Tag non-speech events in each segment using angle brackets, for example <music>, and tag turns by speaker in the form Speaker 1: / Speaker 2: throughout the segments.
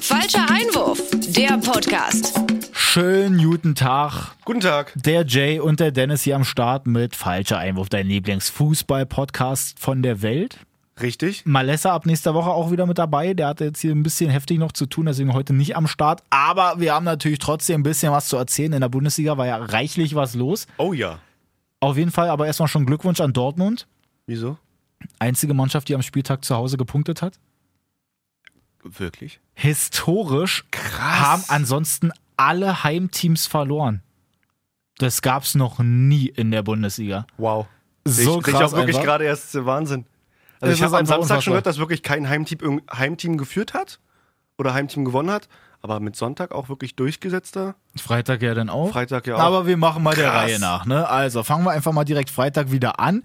Speaker 1: Falscher Einwurf, der Podcast.
Speaker 2: Schönen guten Tag.
Speaker 3: Guten Tag.
Speaker 2: Der Jay und der Dennis hier am Start mit Falscher Einwurf, dein Lieblingsfußball-Podcast von der Welt.
Speaker 3: Richtig?
Speaker 2: Malessa ab nächster Woche auch wieder mit dabei. Der hatte jetzt hier ein bisschen heftig noch zu tun, deswegen heute nicht am Start. Aber wir haben natürlich trotzdem ein bisschen was zu erzählen. In der Bundesliga war ja reichlich was los.
Speaker 3: Oh ja.
Speaker 2: Auf jeden Fall aber erstmal schon Glückwunsch an Dortmund.
Speaker 3: Wieso?
Speaker 2: Einzige Mannschaft, die am Spieltag zu Hause gepunktet hat.
Speaker 3: Wirklich?
Speaker 2: Historisch
Speaker 3: Krass.
Speaker 2: haben ansonsten alle Heimteams verloren. Das gab es noch nie in der Bundesliga.
Speaker 3: Wow.
Speaker 2: So
Speaker 3: ich,
Speaker 2: krass
Speaker 3: auch wirklich
Speaker 2: einfach.
Speaker 3: gerade erst äh, Wahnsinn. Also
Speaker 2: Es
Speaker 3: ich
Speaker 2: ist
Speaker 3: habe am
Speaker 2: einfach
Speaker 3: Samstag schon
Speaker 2: unfassbar.
Speaker 3: gehört, dass wirklich kein Heimteam, irgend- Heimteam geführt hat oder Heimteam gewonnen hat, aber mit Sonntag auch wirklich durchgesetzter.
Speaker 2: Freitag ja dann auch.
Speaker 3: Freitag ja auch.
Speaker 2: Aber wir machen mal der
Speaker 3: Krass.
Speaker 2: Reihe nach. Ne? Also fangen wir einfach mal direkt Freitag wieder an.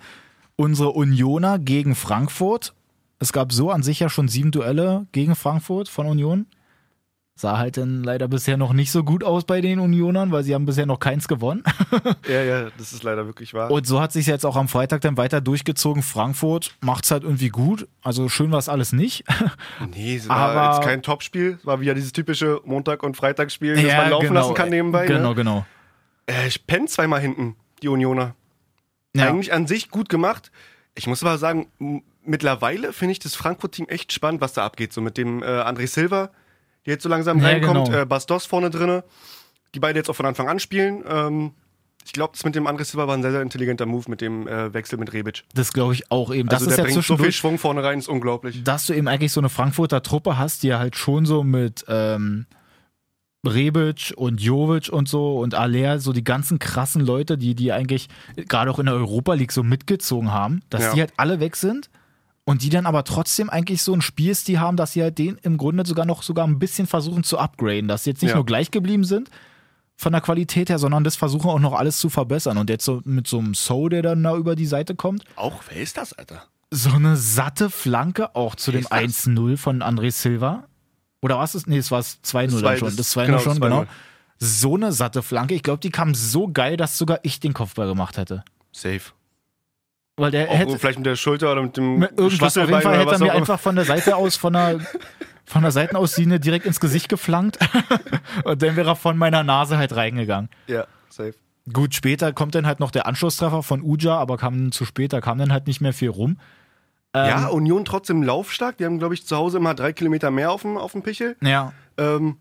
Speaker 2: Unsere Unioner gegen Frankfurt. Es gab so an sich ja schon sieben Duelle gegen Frankfurt von Union. Sah halt dann leider bisher noch nicht so gut aus bei den Unionern, weil sie haben bisher noch keins gewonnen. <laughs>
Speaker 3: Ja, ja, das ist leider wirklich wahr.
Speaker 2: Und so hat sich jetzt auch am Freitag dann weiter durchgezogen. Frankfurt macht's halt irgendwie gut. Also schön war es alles nicht.
Speaker 3: nee, es war
Speaker 2: aber-
Speaker 3: jetzt kein Topspiel. Es war wieder dieses typische Montag- und Freitagsspiel,
Speaker 2: <laughs>
Speaker 3: das man laufen lassen kann nebenbei.
Speaker 2: Genau,
Speaker 3: Ne?
Speaker 2: genau.
Speaker 3: Äh, ich penne zweimal hinten, die Unioner.
Speaker 2: Ja.
Speaker 3: Eigentlich an sich gut gemacht. Ich muss aber sagen, m- mittlerweile finde ich das Frankfurt-Team echt spannend, was da abgeht. So mit dem äh, André Silva, der jetzt so langsam
Speaker 2: Ja,
Speaker 3: reinkommt,
Speaker 2: genau.
Speaker 3: äh, Bastos vorne drinne, die beide jetzt auch von Anfang an spielen. Ähm, ich glaube, das mit dem André Silva war ein sehr, sehr intelligenter Move mit dem äh, Wechsel mit Rebic.
Speaker 2: Das glaube ich auch eben. Das
Speaker 3: Also
Speaker 2: ist ja
Speaker 3: der bringt so viel
Speaker 2: zwischendurch
Speaker 3: Schwung vorne rein, ist unglaublich.
Speaker 2: dass du eben eigentlich so eine Frankfurter Truppe hast, die ja halt schon so mit ähm, Rebic und Jovic und so und Aller, so die ganzen krassen Leute, die die eigentlich gerade auch in der Europa League so mitgezogen haben, dass
Speaker 3: Ja.
Speaker 2: die halt alle weg sind und die dann aber trotzdem eigentlich so einen Spielstil haben, dass sie halt den im Grunde sogar noch sogar ein bisschen versuchen zu upgraden, dass sie jetzt nicht
Speaker 3: Ja.
Speaker 2: nur gleich geblieben sind von der Qualität her, sondern das versuchen auch noch alles zu verbessern und jetzt so mit so einem So, der dann da über die Seite kommt,
Speaker 3: Auch, wer ist das, Alter?
Speaker 2: so eine satte Flanke auch zu dem
Speaker 3: Ist das-
Speaker 2: 1-0 von André Silva. Oder was ist? Nee, es war das 2-0
Speaker 3: Zwei-
Speaker 2: dann schon.
Speaker 3: das-
Speaker 2: Das 2-0
Speaker 3: genau,
Speaker 2: schon,
Speaker 3: 2-0.
Speaker 2: genau. So eine satte Flanke. Ich glaube, die kam so geil, dass sogar ich den Kopfball gemacht hätte.
Speaker 3: Safe.
Speaker 2: Weil der
Speaker 3: Auch
Speaker 2: hätte
Speaker 3: vielleicht mit der Schulter oder mit dem
Speaker 2: mit irgendwas auf jeden
Speaker 3: Schlüsselbein
Speaker 2: Fall
Speaker 3: oder
Speaker 2: hätte er
Speaker 3: was
Speaker 2: mir
Speaker 3: auch immer.
Speaker 2: einfach von der Seite aus, von
Speaker 3: <laughs>
Speaker 2: der, von der Seitenauslinie direkt ins Gesicht geflankt. <laughs> Und dann wäre er von meiner Nase halt reingegangen.
Speaker 3: Ja, safe.
Speaker 2: Gut, später kommt dann halt noch der Anschlusstreffer von Uja, aber kam zu spät, da kam dann halt nicht mehr viel rum. Ähm.
Speaker 3: Ja, Union trotzdem laufstark. Die haben, glaube ich, zu Hause immer drei Kilometer mehr auf dem, auf dem Pichel.
Speaker 2: Ja,
Speaker 3: ähm,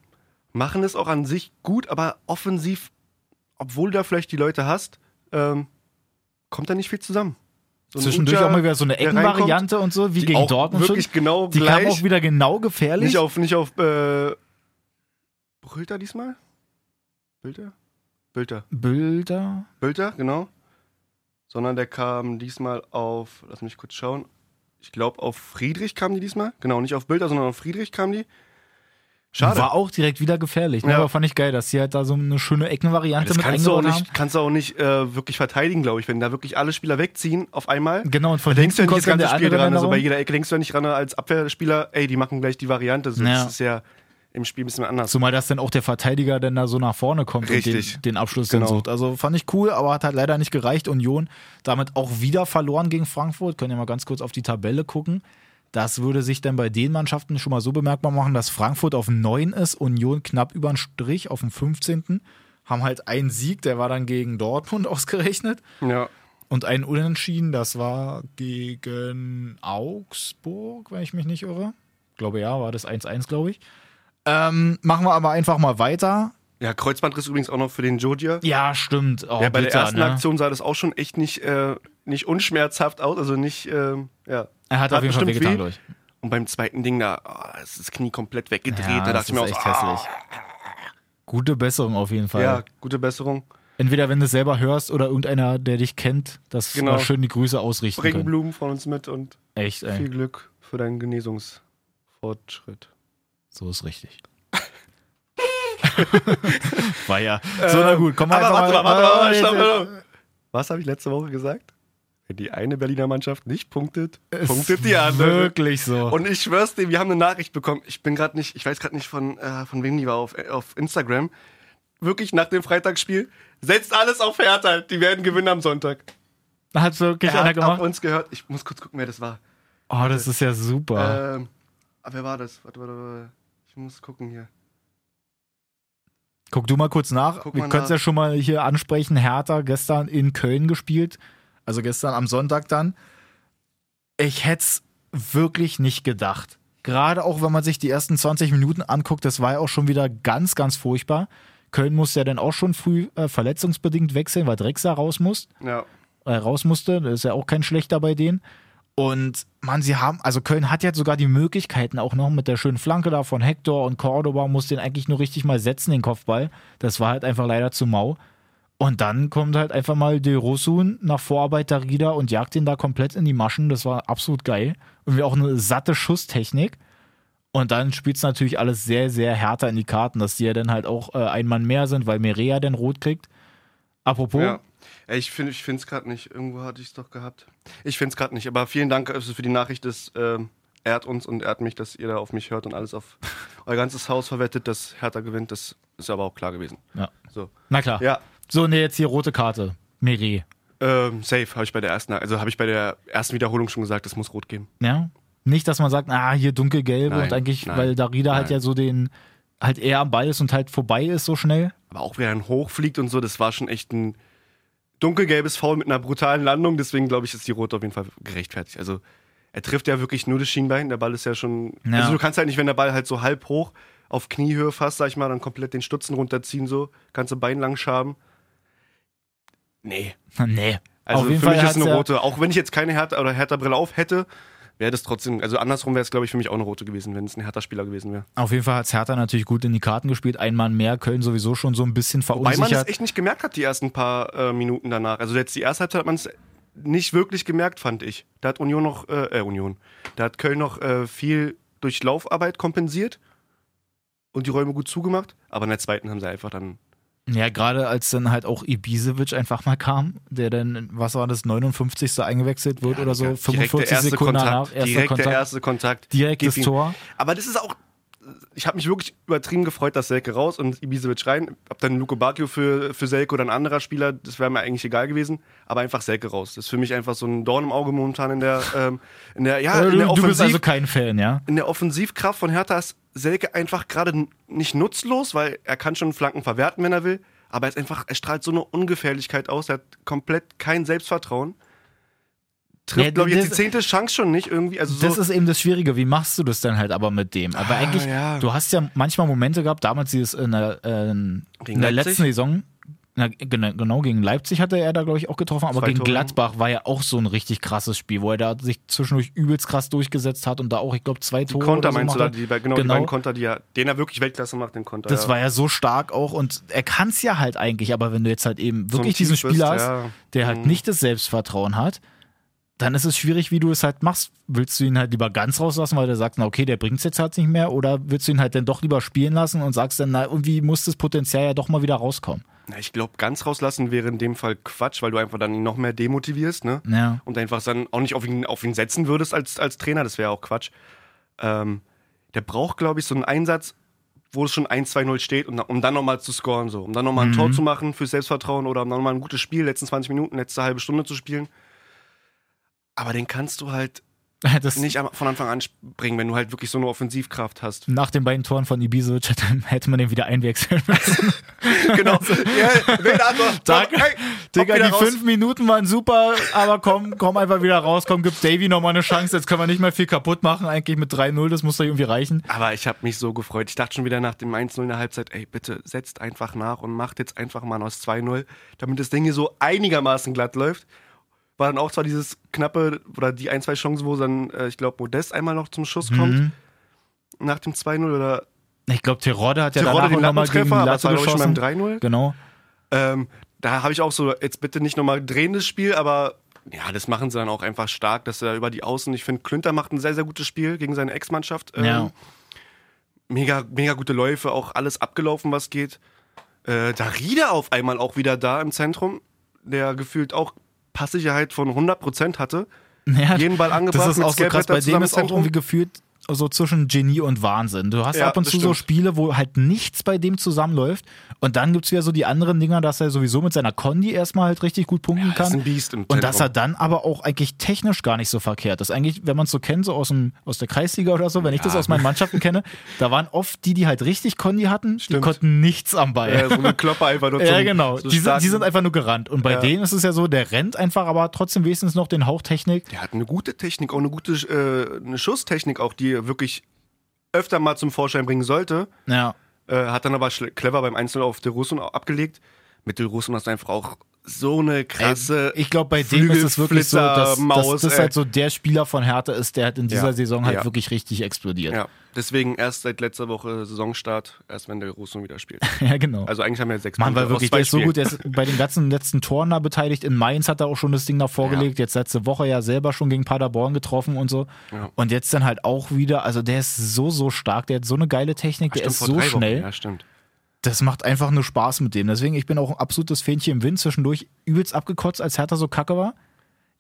Speaker 3: machen es auch an sich gut, aber offensiv, obwohl du da vielleicht die Leute hast, ähm, kommt da nicht viel zusammen. So ein
Speaker 2: Zwischendurch
Speaker 3: Uca,
Speaker 2: auch mal wieder so eine
Speaker 3: der reinkommt,
Speaker 2: Eckenvariante und so, wie
Speaker 3: die
Speaker 2: gegen
Speaker 3: auch
Speaker 2: Dortmund schon.
Speaker 3: Wirklich genau
Speaker 2: Die
Speaker 3: gleich.
Speaker 2: kamen auch wieder genau gefährlich.
Speaker 3: nicht auf, nicht auf, äh, Brülter diesmal? Bülter? Bülter.
Speaker 2: Bilder.
Speaker 3: Bülter, genau. Sondern der kam diesmal auf, lass mich kurz schauen. Ich glaube, auf Friedrich kamen die diesmal. Genau, nicht auf Bülter, sondern auf Friedrich kamen die. Schade.
Speaker 2: War auch direkt wieder gefährlich. Ne?
Speaker 3: Ja.
Speaker 2: Aber fand ich geil, dass sie halt da so eine schöne Eckenvariante
Speaker 3: Das
Speaker 2: mit
Speaker 3: kannst du auch
Speaker 2: eingebaut haben.
Speaker 3: nicht, kannst du auch nicht äh, wirklich verteidigen, glaube ich, wenn da wirklich alle Spieler wegziehen auf einmal.
Speaker 2: Genau, und von
Speaker 3: Denkst du ja
Speaker 2: hinten
Speaker 3: nicht das
Speaker 2: kommt dann
Speaker 3: ganze
Speaker 2: der
Speaker 3: Spiel
Speaker 2: andere
Speaker 3: dran, also bei
Speaker 2: darum.
Speaker 3: jeder Ecke denkst du ja nicht ran als Abwehrspieler, ey, die machen gleich die Variante. So,
Speaker 2: Ja.
Speaker 3: Das ist ja im Spiel ein bisschen anders.
Speaker 2: Zumal, dass dann auch der Verteidiger dann da so nach vorne kommt und den,
Speaker 3: Richtig.
Speaker 2: den Abschluss dann
Speaker 3: Genau.
Speaker 2: sucht. Also fand ich cool, aber hat halt leider nicht gereicht. Union damit auch wieder verloren gegen Frankfurt. Können ja mal ganz kurz auf die Tabelle gucken. Das würde sich dann bei den Mannschaften schon mal so bemerkbar machen, dass Frankfurt auf 9 ist, Union knapp über den Strich auf dem 15. Haben halt einen Sieg, der war dann gegen Dortmund <laughs> ausgerechnet.
Speaker 3: Ja.
Speaker 2: Und ein Unentschieden, das war gegen Augsburg, wenn ich mich nicht irre. Glaube ja, war das 1-1, glaube ich. Ähm, machen wir aber einfach mal weiter.
Speaker 3: ja, Kreuzbandriss übrigens auch noch für den Georgia.
Speaker 2: Ja, stimmt. Oh,
Speaker 3: ja, bei der
Speaker 2: bitter,
Speaker 3: ersten
Speaker 2: ne?
Speaker 3: Aktion sah das auch schon echt nicht, äh, nicht unschmerzhaft aus, also nicht, ähm, ja.
Speaker 2: Er hat, auf jeden Fall
Speaker 3: bestimmt
Speaker 2: wehgetan,
Speaker 3: weh.
Speaker 2: glaube ich.
Speaker 3: Und beim zweiten Ding, da ah, ist das Knie komplett weggedreht.
Speaker 2: Ja,
Speaker 3: da
Speaker 2: das
Speaker 3: dachte ich mir
Speaker 2: ist echt
Speaker 3: auch, ah,
Speaker 2: hässlich. Gute Besserung auf jeden Fall.
Speaker 3: ja, gute Besserung.
Speaker 2: Entweder wenn du es selber hörst oder irgendeiner, der dich kennt, dass
Speaker 3: Genau.
Speaker 2: mal schön die Grüße ausrichten
Speaker 3: Bring
Speaker 2: können.
Speaker 3: Blumen von uns mit und
Speaker 2: Echt, ey.
Speaker 3: Viel Glück für deinen Genesungsfortschritt.
Speaker 2: So ist
Speaker 3: <laughs>
Speaker 2: richtig. war ja. So, na gut, komm mal
Speaker 3: Äh, Aber
Speaker 2: einfach
Speaker 3: warte mal,
Speaker 2: mal. Ah,
Speaker 3: warte mal, warte mal,
Speaker 2: jetzt-
Speaker 3: stopp, stopp, stopp. Was habe ich letzte Woche gesagt? Wenn die eine Berliner Mannschaft nicht punktet,
Speaker 2: Ist
Speaker 3: punktet die andere.
Speaker 2: Wirklich so.
Speaker 3: Und ich schwör's dir, wir haben eine Nachricht bekommen. Ich bin gerade nicht, ich weiß gerade nicht von, äh, von wem die war auf, äh, auf Instagram. Wirklich nach dem Freitagsspiel, setzt alles auf Hertha, die werden gewinnen am Sonntag.
Speaker 2: Hat wirklich
Speaker 3: Er
Speaker 2: einer
Speaker 3: hat auf
Speaker 2: gemacht?
Speaker 3: uns gehört. Ich muss kurz gucken, wer das war. Äh,
Speaker 2: Oh, das ist ja super.
Speaker 3: Ähm, ah, wer war das? Warte, warte, warte. Ich muss gucken hier.
Speaker 2: Guck du mal kurz nach.
Speaker 3: Guck
Speaker 2: Wir
Speaker 3: mal
Speaker 2: können es
Speaker 3: nach.
Speaker 2: ja schon mal hier ansprechen. Hertha gestern in Köln gespielt. Also gestern am Sonntag dann. Ich hätte es wirklich nicht gedacht. Gerade auch, wenn man sich die ersten 20 Minuten anguckt, das war ja auch schon wieder ganz, ganz furchtbar. Köln musste ja dann auch schon früh äh, verletzungsbedingt wechseln, weil Drexler raus muss
Speaker 3: Ja,
Speaker 2: äh, raus musste. Das ist ja auch kein schlechter bei denen. Und man, sie haben, also Köln hat ja sogar die Möglichkeiten auch noch mit der schönen Flanke da von Hector und Cordoba muss den eigentlich nur richtig mal setzen, den Kopfball. Das war halt einfach leider zu mau. Und dann kommt halt einfach mal De Rosun nach Vorarbeit Darida und jagt ihn da komplett in die Maschen. Das war absolut geil. Und wir auch eine satte Schusstechnik. Und dann spielt es natürlich alles sehr, sehr härter in die Karten, dass die ja dann halt auch äh, ein Mann mehr sind, weil Merea dann rot kriegt. Apropos,
Speaker 3: ja. Ey, ich finde es gerade nicht. Irgendwo hatte ich es doch gehabt. Ich finde es gerade nicht. Aber vielen Dank also für die Nachricht. Das ähm, ehrt uns und ehrt mich, dass ihr da auf mich hört und alles auf euer ganzes Haus verwettet, dass Hertha gewinnt. Das ist aber auch klar gewesen.
Speaker 2: Ja.
Speaker 3: So.
Speaker 2: na klar.
Speaker 3: Ja,
Speaker 2: So, ne, jetzt hier rote Karte. Miri.
Speaker 3: ähm, safe habe ich bei der ersten, also habe ich bei der ersten Wiederholung schon gesagt, es muss rot geben.
Speaker 2: Ja? ne? Nicht, dass man sagt, ah, hier dunkelgelbe
Speaker 3: Nein,
Speaker 2: und eigentlich,
Speaker 3: nein,
Speaker 2: weil Darida halt
Speaker 3: nein.
Speaker 2: ja so den, halt eher am Ball ist und halt vorbei ist so schnell. <laughs>
Speaker 3: Aber auch wieder ein Hochfliegt und so, das war schon echt ein dunkelgelbes Foul mit einer brutalen Landung. Deswegen glaube ich, ist die Rote auf jeden Fall gerechtfertigt. Also er trifft ja wirklich nur das Schienbein. Der Ball ist ja schon.
Speaker 2: Ja.
Speaker 3: Also du kannst halt nicht, wenn der Ball halt so halb hoch auf Kniehöhe fast, sag ich mal, dann komplett den Stutzen runterziehen, so ganze Bein lang schaben. Nee.
Speaker 2: nee.
Speaker 3: Also
Speaker 2: Auf jeden
Speaker 3: für
Speaker 2: Fall
Speaker 3: mich ist eine
Speaker 2: hat's ja-
Speaker 3: rote. Auch wenn ich jetzt keine Hertha oder Hertha-Brille auf hätte, wäre das trotzdem. Also andersrum wäre es, glaube ich, für mich auch eine rote gewesen, wenn es ein Hertha-Spieler gewesen wäre.
Speaker 2: Auf jeden Fall hat Hertha natürlich gut in die Karten gespielt. Ein Mann mehr, Köln sowieso schon so ein bisschen
Speaker 3: Weil man es
Speaker 2: verunsichert.
Speaker 3: echt nicht gemerkt hat, die ersten paar äh, Minuten danach. Also jetzt die erste Halbzeit hat man es nicht wirklich gemerkt, fand ich. Da hat Union noch, äh, äh, Union, da hat Köln noch äh, viel durch Laufarbeit kompensiert und die Räume gut zugemacht. Aber in der zweiten haben sie einfach dann,
Speaker 2: Ja, gerade als dann halt auch Ibisevic einfach mal kam, der dann, was war das, 59. eingewechselt wird oder so,
Speaker 3: ja,
Speaker 2: 45
Speaker 3: direkt der erste
Speaker 2: Also Sekunden
Speaker 3: Kontakt,
Speaker 2: danach, erster
Speaker 3: direkt
Speaker 2: Kontakt,
Speaker 3: der erste Kontakt.
Speaker 2: direktes
Speaker 3: Gib ihm.
Speaker 2: Tor.
Speaker 3: Aber das ist auch, ich habe mich wirklich übertrieben gefreut, dass Selke raus und Ibisevic rein. Ob dann Luko Bakio für, für Selke oder ein anderer Spieler, das wäre mir eigentlich egal gewesen. Aber einfach Selke raus. Das ist für mich einfach so ein Dorn im Auge momentan in der, ähm, in der, ja,
Speaker 2: Äh,
Speaker 3: in der
Speaker 2: du, du bist
Speaker 3: Offensiv
Speaker 2: also kein Fan, ja?
Speaker 3: in der Offensivkraft von Hertha ist Selke einfach gerade n- nicht nutzlos, weil er kann schon Flanken verwerten, wenn er will. Aber er ist einfach, er strahlt so eine Ungefährlichkeit aus. Er hat komplett kein Selbstvertrauen. Trifft,
Speaker 2: Ja,
Speaker 3: glaube ich, jetzt die
Speaker 2: das-
Speaker 3: zehnte Chance schon nicht irgendwie. Also
Speaker 2: Das
Speaker 3: so, Ah,
Speaker 2: ist eben das Schwierige. Wie machst du das dann halt aber mit dem? Aber eigentlich,
Speaker 3: ja.
Speaker 2: du hast ja manchmal Momente gehabt, damals dieses in der, äh, in
Speaker 3: Gegen
Speaker 2: der
Speaker 3: Leipzig?
Speaker 2: letzten Saison, na, genau, genau gegen Leipzig hatte er da, glaube ich, auch getroffen, aber
Speaker 3: Zwei
Speaker 2: gegen
Speaker 3: Tore.
Speaker 2: Gladbach war ja auch so ein richtig krasses Spiel, wo er da sich zwischendurch übelst krass durchgesetzt hat und da auch, ich glaube, zwei Tore.
Speaker 3: Konter
Speaker 2: oder so
Speaker 3: meinst du da,
Speaker 2: machte.
Speaker 3: die, bei- genau, die beiden Konter, die er, den er wirklich Weltklasse macht, den Konter.
Speaker 2: das
Speaker 3: ja.
Speaker 2: war ja so stark auch und er kann es ja halt eigentlich, aber wenn du jetzt halt eben
Speaker 3: So ein
Speaker 2: wirklich
Speaker 3: Typ
Speaker 2: diesen Spieler
Speaker 3: bist,
Speaker 2: hast,
Speaker 3: ja.
Speaker 2: der halt
Speaker 3: Mhm.
Speaker 2: nicht das Selbstvertrauen hat, dann ist es schwierig, wie du es halt machst. Willst du ihn halt lieber ganz rauslassen, weil du sagst, na okay, der bringt's jetzt halt nicht mehr, oder willst du ihn halt dann doch lieber spielen lassen und sagst dann, na irgendwie muss das Potenzial ja doch mal wieder rauskommen.
Speaker 3: Na, ich glaube, ganz rauslassen wäre in dem Fall Quatsch, weil du einfach dann ihn noch mehr demotivierst, ne?
Speaker 2: Ja. <laughs>
Speaker 3: und einfach dann auch nicht auf ihn, auf ihn setzen würdest als, als Trainer, das wäre auch Quatsch. Ähm, der braucht, glaube ich, so einen Einsatz, wo es schon 1-2-0 steht, und, um dann nochmal zu scoren, so. um dann nochmal ein
Speaker 2: Mhm.
Speaker 3: Tor zu machen fürs Selbstvertrauen oder um dann nochmal ein gutes Spiel, letzten 20 Minuten, letzte halbe Stunde zu spielen. Aber den kannst du halt
Speaker 2: Das
Speaker 3: nicht am- von Anfang an bringen, wenn du halt wirklich so eine Offensivkraft hast.
Speaker 2: nach den beiden Toren von Ibisevic hätte- hätte man den wieder einwechseln müssen.
Speaker 3: genau. Ja, wilde Antwort.
Speaker 2: Sag-
Speaker 3: Komm, ey, komm
Speaker 2: Digga,
Speaker 3: wieder
Speaker 2: die
Speaker 3: raus.
Speaker 2: fünf Minuten waren super, aber komm, komm einfach wieder raus, komm, gib Davy nochmal eine Chance, jetzt können wir nicht mehr viel kaputt machen, eigentlich mit 3-0, das muss doch irgendwie reichen.
Speaker 3: Aber ich habe mich so gefreut. Ich dachte schon wieder nach dem 1-0 in der Halbzeit, ey, bitte setzt einfach nach und macht jetzt einfach mal aus 2-0, damit das Ding hier so einigermaßen glatt läuft. War dann auch zwar dieses knappe oder die ein, zwei Chancen, wo dann, äh, ich glaube, Modest einmal noch zum Schuss kommt nach dem 2-0 oder
Speaker 2: Ich glaube, Terodde hat ja
Speaker 3: Tirode
Speaker 2: danach auch nochmal gegen die
Speaker 3: aber
Speaker 2: Latte
Speaker 3: das war, glaub ich, schon
Speaker 2: geschossen.
Speaker 3: beim 3-0.
Speaker 2: Genau.
Speaker 3: Ähm, da habe ich auch so, jetzt bitte nicht nochmal drehendes Spiel, aber ja, das machen sie dann auch einfach stark, dass er über die Außen, ich finde, Klünter macht ein sehr, sehr gutes Spiel gegen seine Ex-Mannschaft. Ähm,
Speaker 2: Ja.
Speaker 3: mega, mega gute Läufe, auch alles abgelaufen, was geht. Äh, Darida auf einmal auch wieder da im Zentrum, der gefühlt auch Passsicherheit von 100% hatte.
Speaker 2: Ja,
Speaker 3: Jeden Ball angebracht
Speaker 2: Das ist <laughs>
Speaker 3: mit
Speaker 2: auch so krass.
Speaker 3: Skelbretter
Speaker 2: Bei dem
Speaker 3: zusammen
Speaker 2: ist
Speaker 3: im
Speaker 2: auch
Speaker 3: Zentrum.
Speaker 2: irgendwie gefühlt so zwischen Genie und Wahnsinn. Du hast
Speaker 3: Ja,
Speaker 2: ab und
Speaker 3: das
Speaker 2: zu so
Speaker 3: stimmt.
Speaker 2: Spiele, wo halt nichts bei dem zusammenläuft. Und dann gibt es wieder so die anderen Dinger, dass er sowieso mit seiner Condi erstmal halt richtig gut punkten
Speaker 3: das
Speaker 2: kann.
Speaker 3: ist ein Biest im
Speaker 2: und dass
Speaker 3: Zentrum.
Speaker 2: er dann aber auch eigentlich technisch gar nicht so verkehrt ist. Eigentlich, wenn man es so kennt, so aus, dem, aus der Kreisliga oder so, wenn ich das aus meinen Mannschaften kenne, da waren oft die, die halt richtig Condi hatten, die
Speaker 3: Stimmt.
Speaker 2: konnten nichts am Ball.
Speaker 3: Ja, Äh,
Speaker 2: <laughs>
Speaker 3: so eine Kloppe einfach nur
Speaker 2: Ja,
Speaker 3: zum-
Speaker 2: genau.
Speaker 3: so
Speaker 2: die, sind,
Speaker 3: starken-
Speaker 2: die sind einfach nur gerannt. Und bei
Speaker 3: Ja.
Speaker 2: denen ist es ja so, der rennt einfach, aber hat trotzdem wenigstens noch den Hauch Technik.
Speaker 3: Der hat eine gute Technik, auch eine gute äh, eine Schusstechnik, auch die er wirklich öfter mal zum Vorschein bringen sollte.
Speaker 2: Ja.
Speaker 3: Äh, hat dann aber schl- clever beim Einzel auf Del Russo abgelegt. Mit Del Russo hast du einfach auch so eine krasse.
Speaker 2: Ich glaube, bei dem ist es wirklich so, dass, dass
Speaker 3: Flügelflitzer-Maus,
Speaker 2: das
Speaker 3: ey.
Speaker 2: halt so der Spieler von Hertha ist, der halt in dieser
Speaker 3: Ja.
Speaker 2: Saison halt
Speaker 3: Ja.
Speaker 2: wirklich richtig explodiert. <laughs> Ja,
Speaker 3: ja, deswegen erst seit letzter Woche Saisonstart, erst wenn Del Russo wieder spielt.
Speaker 2: genau.
Speaker 3: Also eigentlich haben wir jetzt sechs
Speaker 2: Mann, weil
Speaker 3: Punkte
Speaker 2: wirklich,
Speaker 3: aus zwei
Speaker 2: der ist so
Speaker 3: Spielen.
Speaker 2: gut, der ist bei den ganzen letzten Toren da beteiligt. In Mainz hat er auch schon das Ding da vorgelegt. Jetzt letzte Woche ja selber schon gegen Paderborn getroffen und so.
Speaker 3: Ja.
Speaker 2: Und jetzt dann halt auch wieder, also der ist so, so stark, der hat so eine geile Technik, der
Speaker 3: Stimmt,
Speaker 2: ist
Speaker 3: vor
Speaker 2: so
Speaker 3: drei Wochen.
Speaker 2: schnell.
Speaker 3: Ja, stimmt.
Speaker 2: das macht einfach nur Spaß mit dem. Deswegen, ich bin auch ein absolutes Fähnchen im Wind. Zwischendurch übelst abgekotzt, als Hertha so kacke war.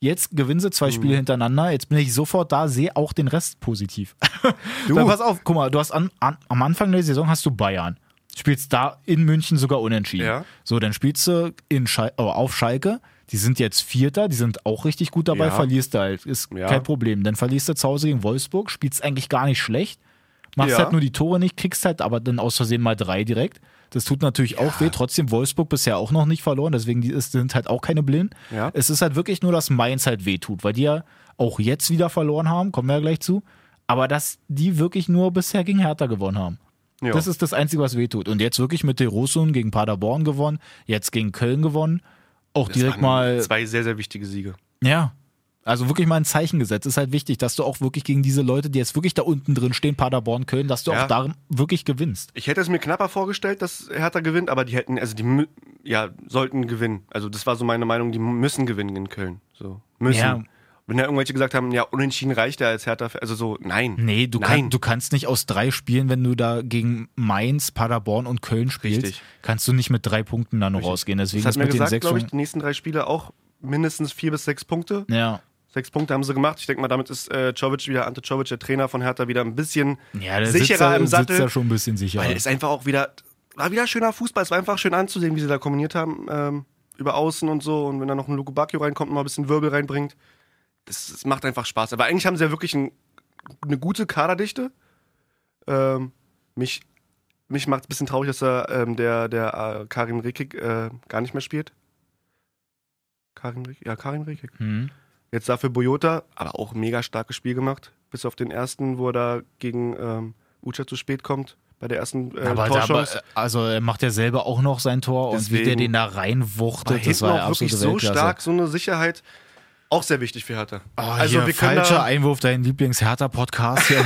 Speaker 2: Jetzt gewinnen sie zwei
Speaker 3: Mhm.
Speaker 2: Spiele hintereinander. Jetzt bin ich sofort da, sehe auch den Rest positiv. <laughs> Dann pass auf, guck mal, du hast an, an, am Anfang der Saison hast du Bayern. Spielst da in München sogar unentschieden.
Speaker 3: Ja.
Speaker 2: So, dann spielst du in Schal äh, auf Schalke. Die sind jetzt Vierter, die sind auch richtig gut dabei,
Speaker 3: Ja.
Speaker 2: verlierst du halt. Ist
Speaker 3: Ja.
Speaker 2: kein Problem. Dann verlierst du zu Hause gegen Wolfsburg, spielst eigentlich gar nicht schlecht. Machst
Speaker 3: Ja.
Speaker 2: halt nur die Tore nicht, kriegst halt aber dann aus Versehen mal drei direkt. Das tut natürlich auch weh. Trotzdem Wolfsburg bisher auch noch nicht verloren, deswegen die ist, sind halt auch keine Blinden.
Speaker 3: Ja.
Speaker 2: Es ist halt wirklich nur, dass Mainz halt weh tut, weil die ja auch jetzt wieder verloren haben, kommen wir ja gleich zu. Aber dass die wirklich nur bisher gegen Hertha gewonnen haben.
Speaker 3: Ja.
Speaker 2: Das ist das Einzige, was weh tut. Und jetzt wirklich mit De Rosun gegen Paderborn gewonnen, jetzt gegen Köln gewonnen. Auch
Speaker 3: Das
Speaker 2: direkt
Speaker 3: waren
Speaker 2: mal.
Speaker 3: Zwei sehr, sehr wichtige Siege.
Speaker 2: Ja. Also wirklich mal ein Zeichen gesetzt. Ist halt wichtig, dass du auch wirklich gegen diese Leute, die jetzt wirklich da unten drin stehen, Paderborn, Köln, dass du
Speaker 3: Ja.
Speaker 2: auch da wirklich gewinnst.
Speaker 3: Ich hätte es mir knapper vorgestellt, dass Hertha gewinnt, aber die hätten, also die mü- ja, sollten gewinnen. Also das war so meine Meinung, die müssen gewinnen in Köln. So, müssen.
Speaker 2: Ja.
Speaker 3: Wenn da irgendwelche gesagt haben, ja, unentschieden reicht ja als Hertha, also so, nein.
Speaker 2: Nee, du,
Speaker 3: nein.
Speaker 2: kann, du kannst nicht aus drei Spielen, wenn du da gegen Mainz, Paderborn und Köln spielst,
Speaker 3: Richtig.
Speaker 2: kannst du nicht mit drei Punkten da noch rausgehen. Deswegen
Speaker 3: das hat
Speaker 2: ist
Speaker 3: mir
Speaker 2: mit den
Speaker 3: gesagt,
Speaker 2: sechs
Speaker 3: glaube ich,
Speaker 2: Punkten.
Speaker 3: die nächsten drei Spiele auch mindestens vier bis sechs Punkte.
Speaker 2: Ja.
Speaker 3: Sechs Punkte haben sie gemacht. Ich denke mal, damit ist äh, Czovic wieder, Ante Czovic, der Trainer von Hertha, wieder ein bisschen
Speaker 2: ja, der sitzt
Speaker 3: sicherer
Speaker 2: da,
Speaker 3: im
Speaker 2: sitzt
Speaker 3: Sattel.
Speaker 2: da schon ein bisschen sicherer.
Speaker 3: Weil es einfach auch wieder, war wieder schöner Fußball. Es war einfach schön anzusehen, wie sie da kombiniert haben. Ähm, über Außen und so. Und wenn da noch ein Luke Bacchio reinkommt und mal ein bisschen Wirbel reinbringt. Das, das macht einfach Spaß. Aber eigentlich haben sie ja wirklich ein, eine gute Kaderdichte. Ähm, mich mich macht es ein bisschen traurig, dass er, ähm, der, der äh, Karim Rekik äh, gar nicht mehr spielt. Karim Rekik? Ja, Karim Rekik.
Speaker 2: Hm.
Speaker 3: Jetzt dafür Boyota, aber auch ein mega starkes Spiel gemacht. Bis auf den ersten, wo er da gegen ähm, Ucha zu spät kommt. Bei der ersten äh,
Speaker 2: aber da,
Speaker 3: Torchance.
Speaker 2: also er macht ja selber auch noch sein Tor und wie der
Speaker 3: Deswegen-
Speaker 2: den da
Speaker 3: Aber
Speaker 2: reinwuchtet, das
Speaker 3: hinten
Speaker 2: war ja
Speaker 3: auch wirklich
Speaker 2: absolute
Speaker 3: so
Speaker 2: Weltklasse.
Speaker 3: stark, so eine Sicherheit. Auch sehr wichtig für Hertha.
Speaker 2: Oh,
Speaker 3: also
Speaker 2: hier,
Speaker 3: wir können
Speaker 2: falscher
Speaker 3: da,
Speaker 2: Einwurf, dein Lieblings-Hertha-Podcast.
Speaker 3: <laughs>
Speaker 2: hier.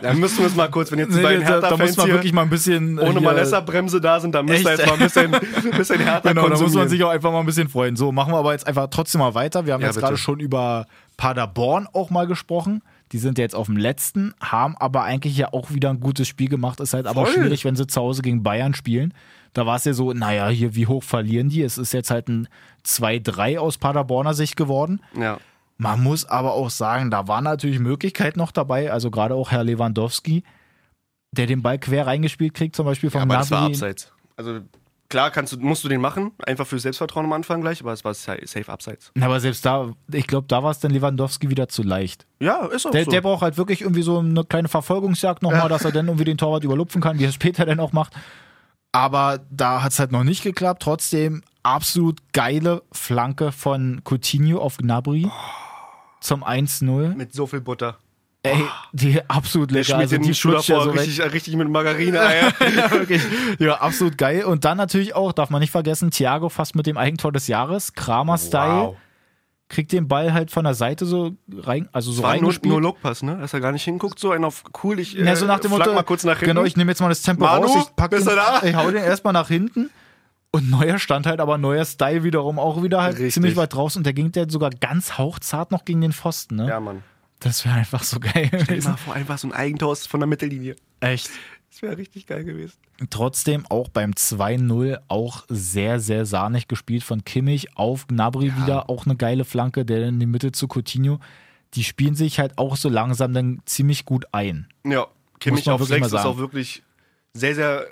Speaker 3: da müssen wir uns mal kurz, wenn jetzt
Speaker 2: <laughs>
Speaker 3: die
Speaker 2: Nee,
Speaker 3: beiden
Speaker 2: da, da muss
Speaker 3: Hertha-Fans
Speaker 2: man
Speaker 3: hier
Speaker 2: wirklich mal ein bisschen äh,
Speaker 3: ohne
Speaker 2: hier-
Speaker 3: Malessa-Bremse da sind, da müsst ihr
Speaker 2: Echt?
Speaker 3: jetzt mal ein
Speaker 2: <laughs>
Speaker 3: bisschen, ein bisschen Hertha
Speaker 2: Genau, da muss man
Speaker 3: konsumieren.
Speaker 2: sich auch einfach mal ein bisschen freuen. So, machen wir aber jetzt einfach trotzdem mal weiter. Wir haben
Speaker 3: Ja,
Speaker 2: jetzt
Speaker 3: bitte.
Speaker 2: gerade schon über Paderborn auch mal gesprochen. Die sind ja jetzt auf dem letzten, haben aber eigentlich ja auch wieder ein gutes Spiel gemacht. Ist halt aber
Speaker 3: Voll.
Speaker 2: schwierig, wenn sie zu Hause gegen Bayern spielen. Da war es ja so, naja, hier, wie hoch verlieren die? Es ist jetzt halt ein 2-3 aus Paderborner Sicht geworden.
Speaker 3: ja.
Speaker 2: Man muss aber auch sagen, da war natürlich Möglichkeit noch dabei. Also gerade auch Herr Lewandowski, der den Ball quer reingespielt kriegt, zum Beispiel vom
Speaker 3: Aber das war
Speaker 2: Gnabry.
Speaker 3: abseits. Also klar kannst du, musst du den machen, einfach für Selbstvertrauen am Anfang gleich, aber es war sa- safe abseits.
Speaker 2: Na, Aber selbst da, ich glaube, da war es dann Lewandowski wieder zu leicht.
Speaker 3: Ja, ist auch
Speaker 2: Der,
Speaker 3: so.
Speaker 2: der braucht halt wirklich irgendwie so eine kleine Verfolgungsjagd nochmal, dass er dann irgendwie den Torwart überlupfen kann, wie er es später dann auch macht. Aber da hat es halt noch nicht geklappt. Trotzdem absolut geile Flanke von Coutinho auf Gnabry zum 1-0.
Speaker 3: mit so viel Butter.
Speaker 2: Ey, die absolut
Speaker 3: Der
Speaker 2: lecker.
Speaker 3: schmiert
Speaker 2: Also
Speaker 3: den
Speaker 2: die
Speaker 3: Schuh
Speaker 2: flutscht ja
Speaker 3: davor
Speaker 2: so weg.
Speaker 3: richtig, richtig
Speaker 2: <laughs>
Speaker 3: mit Margarine. Eier.
Speaker 2: ja, wirklich. Ja, absolut geil. Und dann natürlich auch, darf man nicht vergessen, Thiago fast mit dem Eigentor des Jahres, Kramer-Style, kriegt den Ball halt von der Seite so rein, also so
Speaker 3: War nur,
Speaker 2: reingespielt.
Speaker 3: nur Lookpass, ne? Dass er gar nicht hinguckt, so einen auf cool, ich äh,
Speaker 2: Na, so nach dem
Speaker 3: flank
Speaker 2: Motto,
Speaker 3: mal kurz nach hinten.
Speaker 2: genau, ich nehme jetzt mal das Tempo
Speaker 3: Manu,
Speaker 2: raus, ich pack
Speaker 3: bist
Speaker 2: den,
Speaker 3: du da?
Speaker 2: ich hau den erstmal nach hinten. Und neuer stand halt, aber neuer Style wiederum auch wieder halt
Speaker 3: Richtig.
Speaker 2: ziemlich weit raus und der ging der sogar ganz hauchzart noch gegen den Pfosten, ne?
Speaker 3: ja, Mann.
Speaker 2: Das wäre einfach so geil.
Speaker 3: Stell dir
Speaker 2: gewesen.
Speaker 3: mal vor, einfach so ein Eigentor aus- von der Mittellinie.
Speaker 2: Echt.
Speaker 3: Das wäre richtig geil gewesen.
Speaker 2: Trotzdem auch beim 2-0 auch sehr, sehr sahnig gespielt von Kimmich auf Gnabry wieder. Auch eine geile Flanke, der in die Mitte zu Coutinho. die spielen sich halt auch so langsam dann ziemlich gut ein.
Speaker 3: Ja, Kimmich
Speaker 2: man
Speaker 3: auf
Speaker 2: wirklich mal
Speaker 3: 6 ist
Speaker 2: sagen.
Speaker 3: auch wirklich sehr, sehr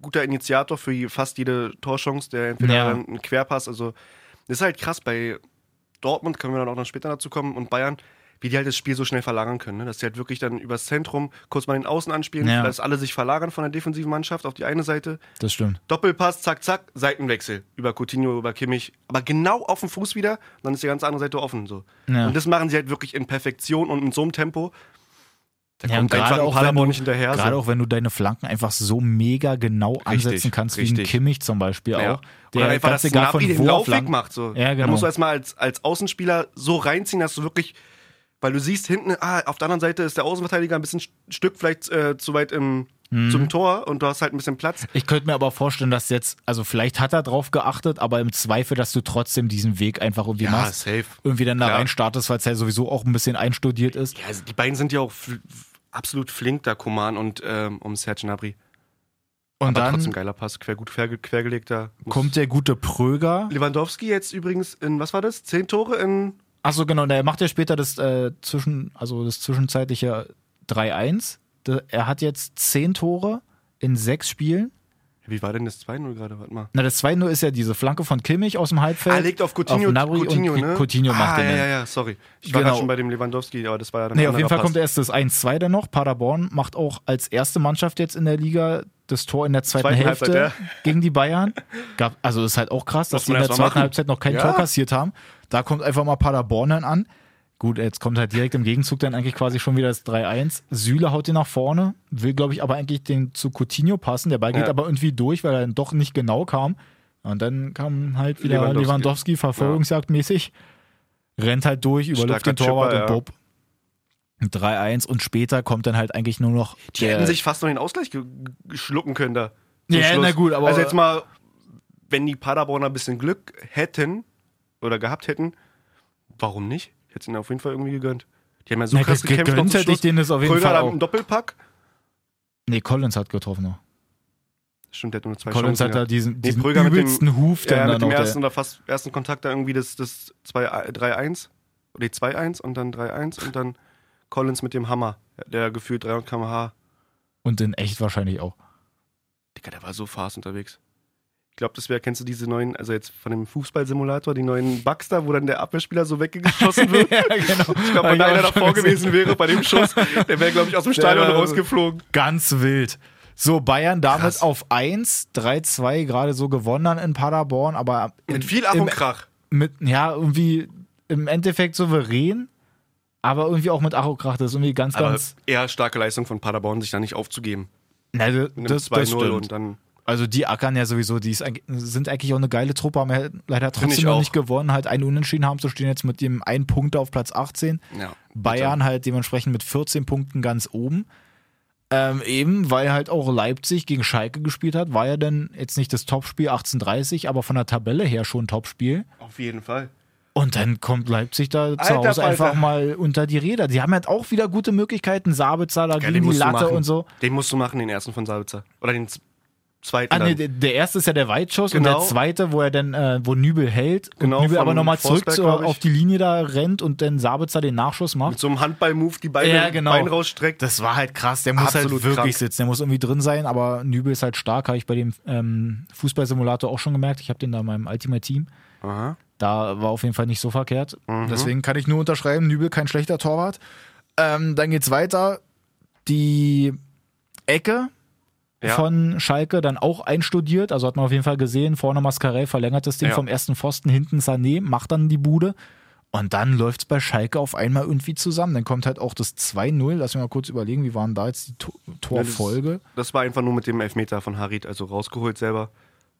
Speaker 3: guter Initiator für je- fast jede Torchance, der entweder
Speaker 2: Ja.
Speaker 3: dann einen Querpass, also das ist halt krass bei Dortmund, können wir dann auch noch später dazu kommen, und Bayern, wie die halt das Spiel so schnell verlagern können, ne? dass die halt wirklich dann übers Zentrum kurz mal den Außen anspielen,
Speaker 2: Ja.
Speaker 3: dass alle sich verlagern von der defensiven Mannschaft auf die eine Seite,
Speaker 2: Das stimmt.
Speaker 3: Doppelpass, zack, zack, Seitenwechsel über Coutinho, über Kimmich, aber genau auf dem Fuß wieder, dann ist die ganze andere Seite offen so.
Speaker 2: Ja.
Speaker 3: Und das machen sie halt wirklich in Perfektion und in so einem Tempo. Da
Speaker 2: Ja, und
Speaker 3: einfach
Speaker 2: gerade
Speaker 3: ein
Speaker 2: auch, wenn
Speaker 3: Paderborn
Speaker 2: du,
Speaker 3: nicht hinterher.
Speaker 2: gerade auch wenn du deine Flanken einfach so mega genau ansetzen kannst, wie ein
Speaker 3: richtig.
Speaker 2: Kimmich zum Beispiel
Speaker 3: ja.
Speaker 2: auch.
Speaker 3: der
Speaker 2: Der
Speaker 3: und einfach,
Speaker 2: ganz
Speaker 3: dass
Speaker 2: egal von
Speaker 3: Gnabry den
Speaker 2: wo er
Speaker 3: Laufweg
Speaker 2: flankt.
Speaker 3: macht. So.
Speaker 2: Ja,
Speaker 3: Da
Speaker 2: genau.
Speaker 3: musst du erstmal als, als Außenspieler so reinziehen, dass du wirklich, weil du siehst hinten, ah, auf der anderen Seite ist der Außenverteidiger ein bisschen ein Stück vielleicht äh, zu weit im,
Speaker 2: Mhm.
Speaker 3: zum Tor und du hast halt ein bisschen Platz.
Speaker 2: Ich könnte mir aber vorstellen, dass jetzt, also vielleicht hat er drauf geachtet, aber im Zweifel, dass du trotzdem diesen Weg einfach irgendwie machst.
Speaker 3: safe.
Speaker 2: Irgendwie dann da
Speaker 3: Klar.
Speaker 2: rein startest, weil es ja sowieso auch ein bisschen einstudiert ist.
Speaker 3: Ja, also die beiden sind ja auch fl absolut flink, da Koman und ähm, um Serge Gnabry.
Speaker 2: Und
Speaker 3: Aber
Speaker 2: dann
Speaker 3: trotzdem geiler Pass, quer, gut querge quergelegter. Muss-
Speaker 2: kommt der gute Pröger.
Speaker 3: Lewandowski jetzt übrigens in, was war das? Zehn Tore in.
Speaker 2: Achso, genau, der macht ja später das, äh, zwischen, also das zwischenzeitliche 3-1. Da- Er hat jetzt 10 Tore in 6 Spielen.
Speaker 3: Wie war denn das 2-0 gerade? Warte mal.
Speaker 2: Na, das 2-0 ist ja diese Flanke von Kimmich aus dem Halbfeld.
Speaker 3: Ah, legt auf Coutinho.
Speaker 2: Äh, auf Nabri
Speaker 3: Coutinho,
Speaker 2: und
Speaker 3: ne?
Speaker 2: Coutinho macht
Speaker 3: ah,
Speaker 2: den.
Speaker 3: ja,
Speaker 2: dann.
Speaker 3: ja, ja, sorry. Ich war
Speaker 2: Genau.
Speaker 3: grad schon bei dem Lewandowski, aber das war ja dann.
Speaker 2: Nee, auf jeden Fall kommt erst das 1-2 dann noch. Paderborn macht auch als erste Mannschaft jetzt in der Liga das Tor in der zweiten
Speaker 3: Zweiten
Speaker 2: Hälfte
Speaker 3: Halbzeit,
Speaker 2: gegen die Bayern. Gab, also ist halt auch krass, dass
Speaker 3: Muss
Speaker 2: die in
Speaker 3: man
Speaker 2: der
Speaker 3: erst mal
Speaker 2: zweiten
Speaker 3: machen.
Speaker 2: Halbzeit noch kein
Speaker 3: Ja.
Speaker 2: Tor kassiert haben. Da kommt einfach mal Paderborn dann an. Gut, jetzt kommt halt direkt im Gegenzug dann eigentlich quasi schon wieder das 3-1. Süle haut den nach vorne, will, glaube ich, aber eigentlich den zu Coutinho passen. Der Ball geht
Speaker 3: Ja.
Speaker 2: aber irgendwie durch, weil er dann doch nicht genau kam. Und dann kam halt wieder Lewandowski,
Speaker 3: Lewandowski.
Speaker 2: verfolgungsjagdmäßig, rennt halt durch, überläuft
Speaker 3: Starker
Speaker 2: den Torwart
Speaker 3: Chipper,
Speaker 2: und
Speaker 3: ja.
Speaker 2: Bob. 3-1 und später kommt dann halt eigentlich nur noch.
Speaker 3: Die hätten sich fast noch den Ausgleich ge- ge- schlucken können da. zum
Speaker 2: Ja,
Speaker 3: Schluss.
Speaker 2: na gut, aber-
Speaker 3: Also jetzt mal, wenn die Paderborner ein bisschen Glück hätten oder gehabt hätten, warum nicht? Ich hätte es ihnen auf jeden Fall irgendwie gegönnt. Die haben ja so
Speaker 2: Na,
Speaker 3: krass
Speaker 2: ge-
Speaker 3: gekämpft. noch
Speaker 2: gegönnt
Speaker 3: zum
Speaker 2: hätte ich
Speaker 3: Schluss.
Speaker 2: denen das auf jeden
Speaker 3: Kröger
Speaker 2: Fall
Speaker 3: hat
Speaker 2: auch.
Speaker 3: einen Doppelpack.
Speaker 2: Nee, Collins hat getroffen noch.
Speaker 3: Stimmt, der hat nur zwei
Speaker 2: Collins
Speaker 3: Chancen
Speaker 2: hat da
Speaker 3: gehabt.
Speaker 2: diesen, diesen
Speaker 3: Pröger mit dem-
Speaker 2: übelsten Huf
Speaker 3: ja,
Speaker 2: dann,
Speaker 3: mit
Speaker 2: dann
Speaker 3: dem
Speaker 2: noch. der-
Speaker 3: ersten oder fast ersten Kontakt da irgendwie das, das äh, 2 3-1 oder die 2-1 und dann 3-1 und dann Collins mit dem Hammer, der gefühlt 300 km/h.
Speaker 2: Und in echt wahrscheinlich
Speaker 3: <laughs>
Speaker 2: auch.
Speaker 3: Digga, der war so fast unterwegs. Ich glaube, das wäre, kennst du diese neuen, also jetzt von dem Fußballsimulator, die neuen Bugs da, wo dann der Abwehrspieler so weggeschossen
Speaker 2: <laughs>
Speaker 3: wird?
Speaker 2: ja, genau.
Speaker 3: Ich glaube, wenn einer davor gewesen wäre bei dem Schuss, der wäre, glaube ich, aus dem Stadion
Speaker 2: wäre-
Speaker 3: rausgeflogen.
Speaker 2: Ganz wild. So, Bayern damit
Speaker 3: Krass.
Speaker 2: auf 1, 3-2 gerade so gewonnen dann in Paderborn, aber
Speaker 3: Mit
Speaker 2: im-
Speaker 3: viel Ach und
Speaker 2: im,
Speaker 3: Krach.
Speaker 2: mit, ja, irgendwie im Endeffekt souverän, aber irgendwie auch mit Ach und Krach. Das ist irgendwie ganz,
Speaker 3: Aber
Speaker 2: ganz.
Speaker 3: eher starke Leistung von Paderborn, sich da nicht aufzugeben.
Speaker 2: Na, das,
Speaker 3: Mit einem
Speaker 2: das, das
Speaker 3: 2-0 und
Speaker 2: stimmt.
Speaker 3: dann
Speaker 2: Also die ackern ja sowieso, die ist, eigentlich- sind eigentlich auch eine geile Truppe, haben ja leider
Speaker 3: ich
Speaker 2: trotzdem noch
Speaker 3: auch.
Speaker 2: nicht gewonnen, halt einen Unentschieden haben, so stehen jetzt mit dem einen Punkt auf Platz 18.
Speaker 3: Ja,
Speaker 2: Bayern halt dementsprechend mit 14 Punkten ganz oben. Ähm, eben, weil halt auch Leipzig gegen Schalke gespielt hat, war ja dann jetzt nicht das Topspiel 1830, aber von der Tabelle her schon ein Topspiel.
Speaker 3: auf jeden Fall.
Speaker 2: Und dann kommt Leipzig da zu
Speaker 3: Alter
Speaker 2: Hause einfach
Speaker 3: Falter.
Speaker 2: mal unter die Räder. Die haben halt auch wieder gute Möglichkeiten, Sabitzer da
Speaker 3: Ja,
Speaker 2: gegen die
Speaker 3: musst du
Speaker 2: Latte
Speaker 3: machen.
Speaker 2: und so.
Speaker 3: Den musst du machen, den ersten von Sabitzer. Oder den z- zweiten.
Speaker 2: Ah, nee,
Speaker 3: dann.
Speaker 2: der, der erste ist ja der Weitschuss und
Speaker 3: Genau.
Speaker 2: der zweite, wo er dann, äh, wo Nübel hält
Speaker 3: Genau,
Speaker 2: und Nübel
Speaker 3: von
Speaker 2: aber nochmal zurück
Speaker 3: Forsberg,
Speaker 2: zu,
Speaker 3: glaub ich.
Speaker 2: auf die Linie da rennt und dann Sabitzer den Nachschuss
Speaker 3: Mit
Speaker 2: macht.
Speaker 3: so einem Handball-Move die Beine
Speaker 2: Ja, genau.
Speaker 3: Bein rausstreckt.
Speaker 2: Das war halt krass, der muss
Speaker 3: Absolut
Speaker 2: halt wirklich
Speaker 3: krank.
Speaker 2: sitzen, der muss irgendwie drin sein, aber Nübel ist halt stark, habe ich bei dem ähm, Fußballsimulator auch schon gemerkt. Ich habe den da in meinem Ultimate Team.
Speaker 3: Aha.
Speaker 2: Da war auf jeden Fall nicht so verkehrt. Deswegen kann ich nur unterschreiben, Nübel kein schlechter Torwart. Ähm, dann geht's weiter. Die Ecke
Speaker 3: Ja.
Speaker 2: von Schalke dann auch einstudiert. Also hat man auf jeden Fall gesehen, vorne Mascarell verlängert das Ding
Speaker 3: Ja.
Speaker 2: vom ersten Pfosten, hinten Sané, macht dann die Bude. Und dann läuft's bei Schalke auf einmal irgendwie zusammen. Dann kommt halt auch das 2-0. Lass mich mal kurz überlegen, wie waren da jetzt die To- Torfolge?
Speaker 3: Das war einfach nur mit dem Elfmeter von Harit, also rausgeholt selber.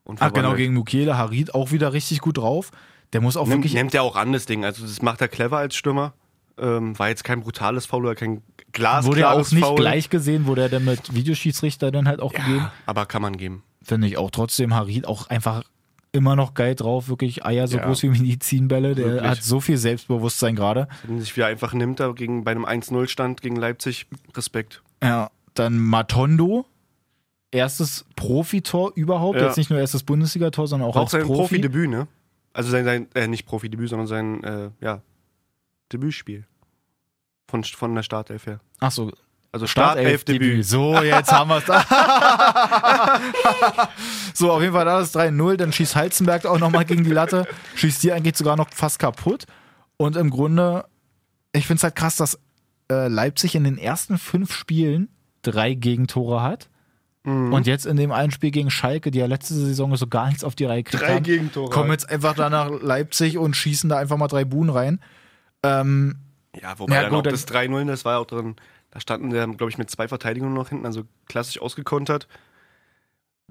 Speaker 3: Und halt
Speaker 2: Ach genau,
Speaker 3: verwandelt.
Speaker 2: gegen Mukiele, Harid auch wieder richtig gut drauf. Der muss auch
Speaker 3: Nimmt,
Speaker 2: wirklich
Speaker 3: nimmt er auch an, das Ding. Also, das macht er clever als Stürmer. Ähm, war jetzt kein brutales Foul oder kein glasklares
Speaker 2: Wurde ja auch nicht
Speaker 3: Foul.
Speaker 2: gleich gesehen, wurde er dann mit Videoschiedsrichter dann halt auch gegeben.
Speaker 3: Ja, aber kann man geben.
Speaker 2: Finde ich auch trotzdem Harid auch einfach immer noch geil drauf, wirklich Eier so
Speaker 3: Ja.
Speaker 2: groß wie Medizinbälle. Der
Speaker 3: Wirklich.
Speaker 2: hat so viel Selbstbewusstsein gerade.
Speaker 3: Wenn sich wieder einfach nimmt, da gegen, bei einem 1-0-Stand gegen Leipzig, Respekt.
Speaker 2: Ja, dann Matondo. Erstes Profitor überhaupt,
Speaker 3: Ja.
Speaker 2: jetzt nicht nur erstes Bundesligator, sondern auch,
Speaker 3: Auch
Speaker 2: als
Speaker 3: sein
Speaker 2: Profi.
Speaker 3: Profi-Debüt, ne? Also, sein, sein äh, nicht Profi-Debüt, sondern sein, äh, ja, Debütspiel. Von, von der Startelf her.
Speaker 2: Ach so,
Speaker 3: Also
Speaker 2: Startelf-Debüt.
Speaker 3: Startelf-Debüt.
Speaker 2: So, jetzt haben wir es da. <laughs> so, auf jeden Fall da das 3-0. Dann schießt Halzenberg auch nochmal gegen die Latte. Schießt die eigentlich sogar noch fast kaputt. Und im Grunde, ich finde es halt krass, dass äh, Leipzig in den ersten fünf Spielen drei Gegentore hat.
Speaker 3: Mhm.
Speaker 2: Und jetzt in dem einen Spiel gegen Schalke, die ja letzte Saison so gar nichts auf die Reihe gekriegt
Speaker 3: Drei
Speaker 2: haben,
Speaker 3: Gegentore
Speaker 2: kommen
Speaker 3: hat.
Speaker 2: jetzt einfach da nach Leipzig und schießen da einfach mal drei Buhnen rein. Ähm,
Speaker 3: Ja, wobei
Speaker 2: Ja,
Speaker 3: dann
Speaker 2: gut,
Speaker 3: auch
Speaker 2: dann-
Speaker 3: das 3-0, das war ja auch drin. Da standen sie, glaube ich, mit zwei Verteidigungen noch hinten, also klassisch ausgekontert.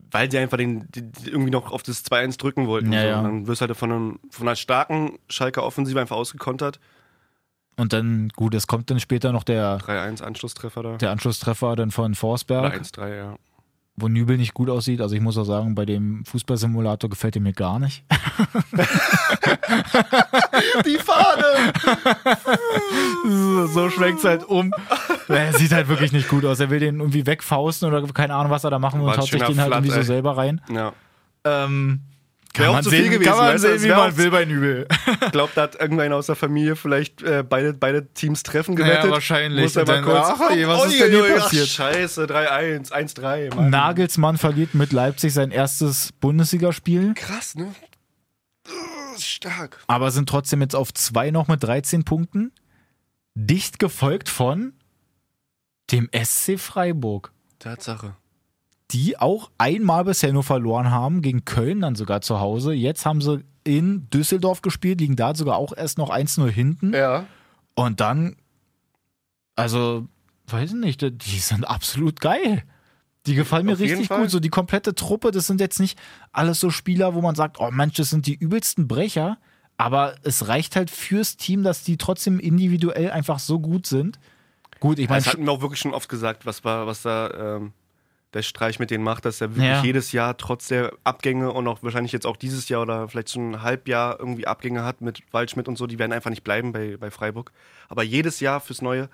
Speaker 3: Weil sie einfach den, die, die irgendwie noch auf das 2-1 drücken wollten.
Speaker 2: Ja,
Speaker 3: so.
Speaker 2: ja.
Speaker 3: Und dann wirst du halt von, einem, von einer starken Schalker Offensive einfach ausgekontert.
Speaker 2: Und dann, gut, es kommt dann später noch der,
Speaker 3: 3-1 Anschlusstreffer da.
Speaker 2: der Anschlusstreffer dann von
Speaker 3: Oder
Speaker 2: Forsberg.
Speaker 3: 1-3, ja.
Speaker 2: wo Nübel nicht gut aussieht. Also ich muss auch sagen, bei dem Fußballsimulator gefällt er mir gar nicht. <laughs>
Speaker 3: Die Fahne!
Speaker 2: So schwenkt es halt um. Er sieht halt wirklich nicht gut aus. Er will den irgendwie wegfausten oder keine Ahnung, was er da machen will
Speaker 3: War
Speaker 2: und
Speaker 3: ein
Speaker 2: haut sich
Speaker 3: schöner
Speaker 2: den halt
Speaker 3: Flat,
Speaker 2: irgendwie so
Speaker 3: ey.
Speaker 2: selber rein.
Speaker 3: <laughs> Ja.
Speaker 2: Ähm,
Speaker 3: Wäre auch zu viel gewesen,
Speaker 2: kann man
Speaker 3: weißt
Speaker 2: sehen
Speaker 3: du, es
Speaker 2: wie
Speaker 3: wäre
Speaker 2: man
Speaker 3: auch-
Speaker 2: will bei Nübel.
Speaker 3: Ich glaube, da hat irgendein aus der Familie vielleicht äh, beide, beide Teams Treffen <laughs> gewettet.
Speaker 2: Ja, wahrscheinlich.
Speaker 3: Muss er
Speaker 2: Und
Speaker 3: mal
Speaker 2: dann,
Speaker 3: kurz.
Speaker 2: ach, ey, was ist denn hier
Speaker 3: Ui, ui, ui,
Speaker 2: passiert?
Speaker 3: Ach, scheiße, 3-1, 1-3. Mann.
Speaker 2: Nagelsmann verliert mit Leipzig sein erstes Bundesligaspiel,
Speaker 3: Krass, ne?
Speaker 2: ne?
Speaker 3: Ugh, Stark.
Speaker 2: aber sind trotzdem jetzt auf zwei noch mit 13 Punkten. Dicht gefolgt von dem SC Freiburg.
Speaker 3: Tatsache.
Speaker 2: die auch einmal bisher nur verloren haben, gegen Köln dann sogar zu Hause. Jetzt haben sie in Düsseldorf gespielt, liegen da sogar auch erst noch 1-0 hinten.
Speaker 3: Ja.
Speaker 2: Und dann, also, weiß ich nicht, die sind absolut geil. Die gefallen mir
Speaker 3: Auf jeden
Speaker 2: richtig
Speaker 3: Fall.
Speaker 2: gut. So die komplette Truppe, das sind jetzt nicht alles so Spieler, wo man sagt, oh Mensch, das sind die übelsten Brecher. Aber es reicht halt fürs Team, dass die trotzdem individuell einfach so gut sind. Gut, ich meine,
Speaker 3: Das hatten wir auch wirklich schon oft gesagt, was, war, was da ähm, der Streich mit denen macht, dass er wirklich
Speaker 2: Ja.
Speaker 3: jedes Jahr trotz der Abgänge und auch wahrscheinlich jetzt auch dieses Jahr oder vielleicht schon ein Halbjahr irgendwie Abgänge hat mit Waldschmidt und so, die werden einfach nicht bleiben bei, bei Freiburg. Aber jedes Jahr fürs Neue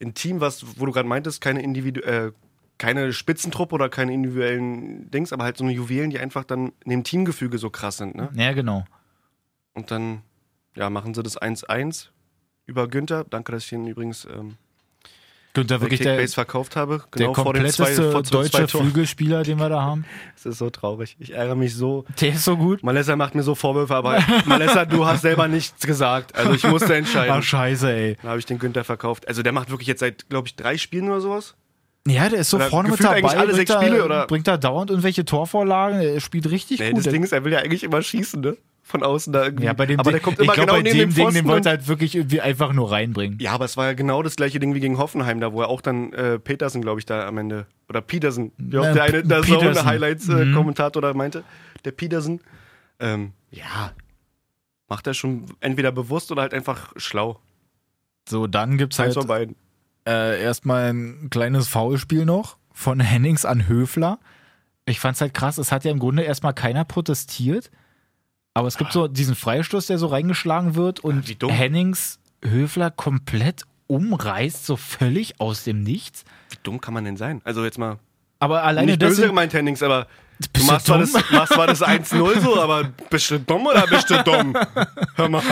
Speaker 3: ein Team, was, wo du gerade meintest, keine Individu äh, keine Spitzentruppe oder keine individuellen Dings, aber halt so eine Juwelen, die einfach dann in dem Teamgefüge so krass sind, ne?
Speaker 2: ja, genau.
Speaker 3: Und dann ja, machen sie das 1-1 über Günther. Danke, dass ich ihn übrigens ähm,
Speaker 2: Günther
Speaker 3: bei
Speaker 2: wirklich der,
Speaker 3: Kickbase verkauft habe.
Speaker 2: der
Speaker 3: Genau vor den zwei,
Speaker 2: kompletteste
Speaker 3: vor den zwei
Speaker 2: deutsche
Speaker 3: Toren.
Speaker 2: Flügelspieler, den wir da haben.
Speaker 3: Es ist so traurig. Ich ärgere mich so.
Speaker 2: Der ist so gut.
Speaker 3: Malessa macht mir so
Speaker 2: <laughs>
Speaker 3: Vorwürfe, aber Malessa, du hast selber nichts gesagt. Also ich musste entscheiden.
Speaker 2: Ach, Ah, scheiße, ey.
Speaker 3: Dann habe ich den Günther verkauft. Also der macht wirklich jetzt seit, glaube ich, drei Spielen oder sowas.
Speaker 2: Ja, der ist so
Speaker 3: Oder
Speaker 2: vorne mit
Speaker 3: gefühlt
Speaker 2: dabei.
Speaker 3: eigentlich alle
Speaker 2: bringt,
Speaker 3: sechs
Speaker 2: da,
Speaker 3: Spiele, oder?
Speaker 2: bringt da dauernd irgendwelche Torvorlagen. Er spielt richtig
Speaker 3: Nee,
Speaker 2: gut.
Speaker 3: das Ding ist, er will ja eigentlich immer schießen, ne? Von außen da irgendwie.
Speaker 2: ja, bei dem
Speaker 3: aber der
Speaker 2: Ding-
Speaker 3: kommt immer
Speaker 2: ich glaub,
Speaker 3: genau
Speaker 2: bei
Speaker 3: neben
Speaker 2: dem
Speaker 3: den
Speaker 2: Ding,
Speaker 3: Pfosten
Speaker 2: den
Speaker 3: und-
Speaker 2: wollte er halt wirklich irgendwie einfach nur reinbringen.
Speaker 3: Ja, aber es war ja genau das gleiche Ding wie gegen Hoffenheim, da wo er auch dann äh, Petersen, glaube ich, da am Ende. Oder Petersen, wie auch
Speaker 2: Ja,
Speaker 3: der eine
Speaker 2: P-
Speaker 3: der
Speaker 2: Petersen. Mhm.
Speaker 3: Zone-Highlights-Kommentator da meinte. Der Petersen. Ähm, ja. Macht er schon entweder bewusst oder halt einfach schlau.
Speaker 2: So, dann gibt's
Speaker 3: Eins
Speaker 2: halt
Speaker 3: von beiden.
Speaker 2: äh, erstmal ein kleines Foulspiel noch von <laughs> Hennings an Höfler. Ich fand's halt krass. Es hat ja im Grunde erstmal keiner protestiert. Aber es gibt so diesen Freistoß, der so reingeschlagen wird und
Speaker 3: Wie dumm.
Speaker 2: Hennings Höfler komplett umreißt, so völlig aus dem Nichts.
Speaker 3: Wie dumm kann man denn sein? Also jetzt mal.
Speaker 2: Aber alleine
Speaker 3: nicht böse
Speaker 2: deswegen,
Speaker 3: gemeint, Hennings, aber du
Speaker 2: Bist du
Speaker 3: machst zwar, das,
Speaker 2: dumm?
Speaker 3: machst zwar das 1-0 so, aber bist du dumm oder bist du
Speaker 2: <laughs>
Speaker 3: dumm? Hör mal.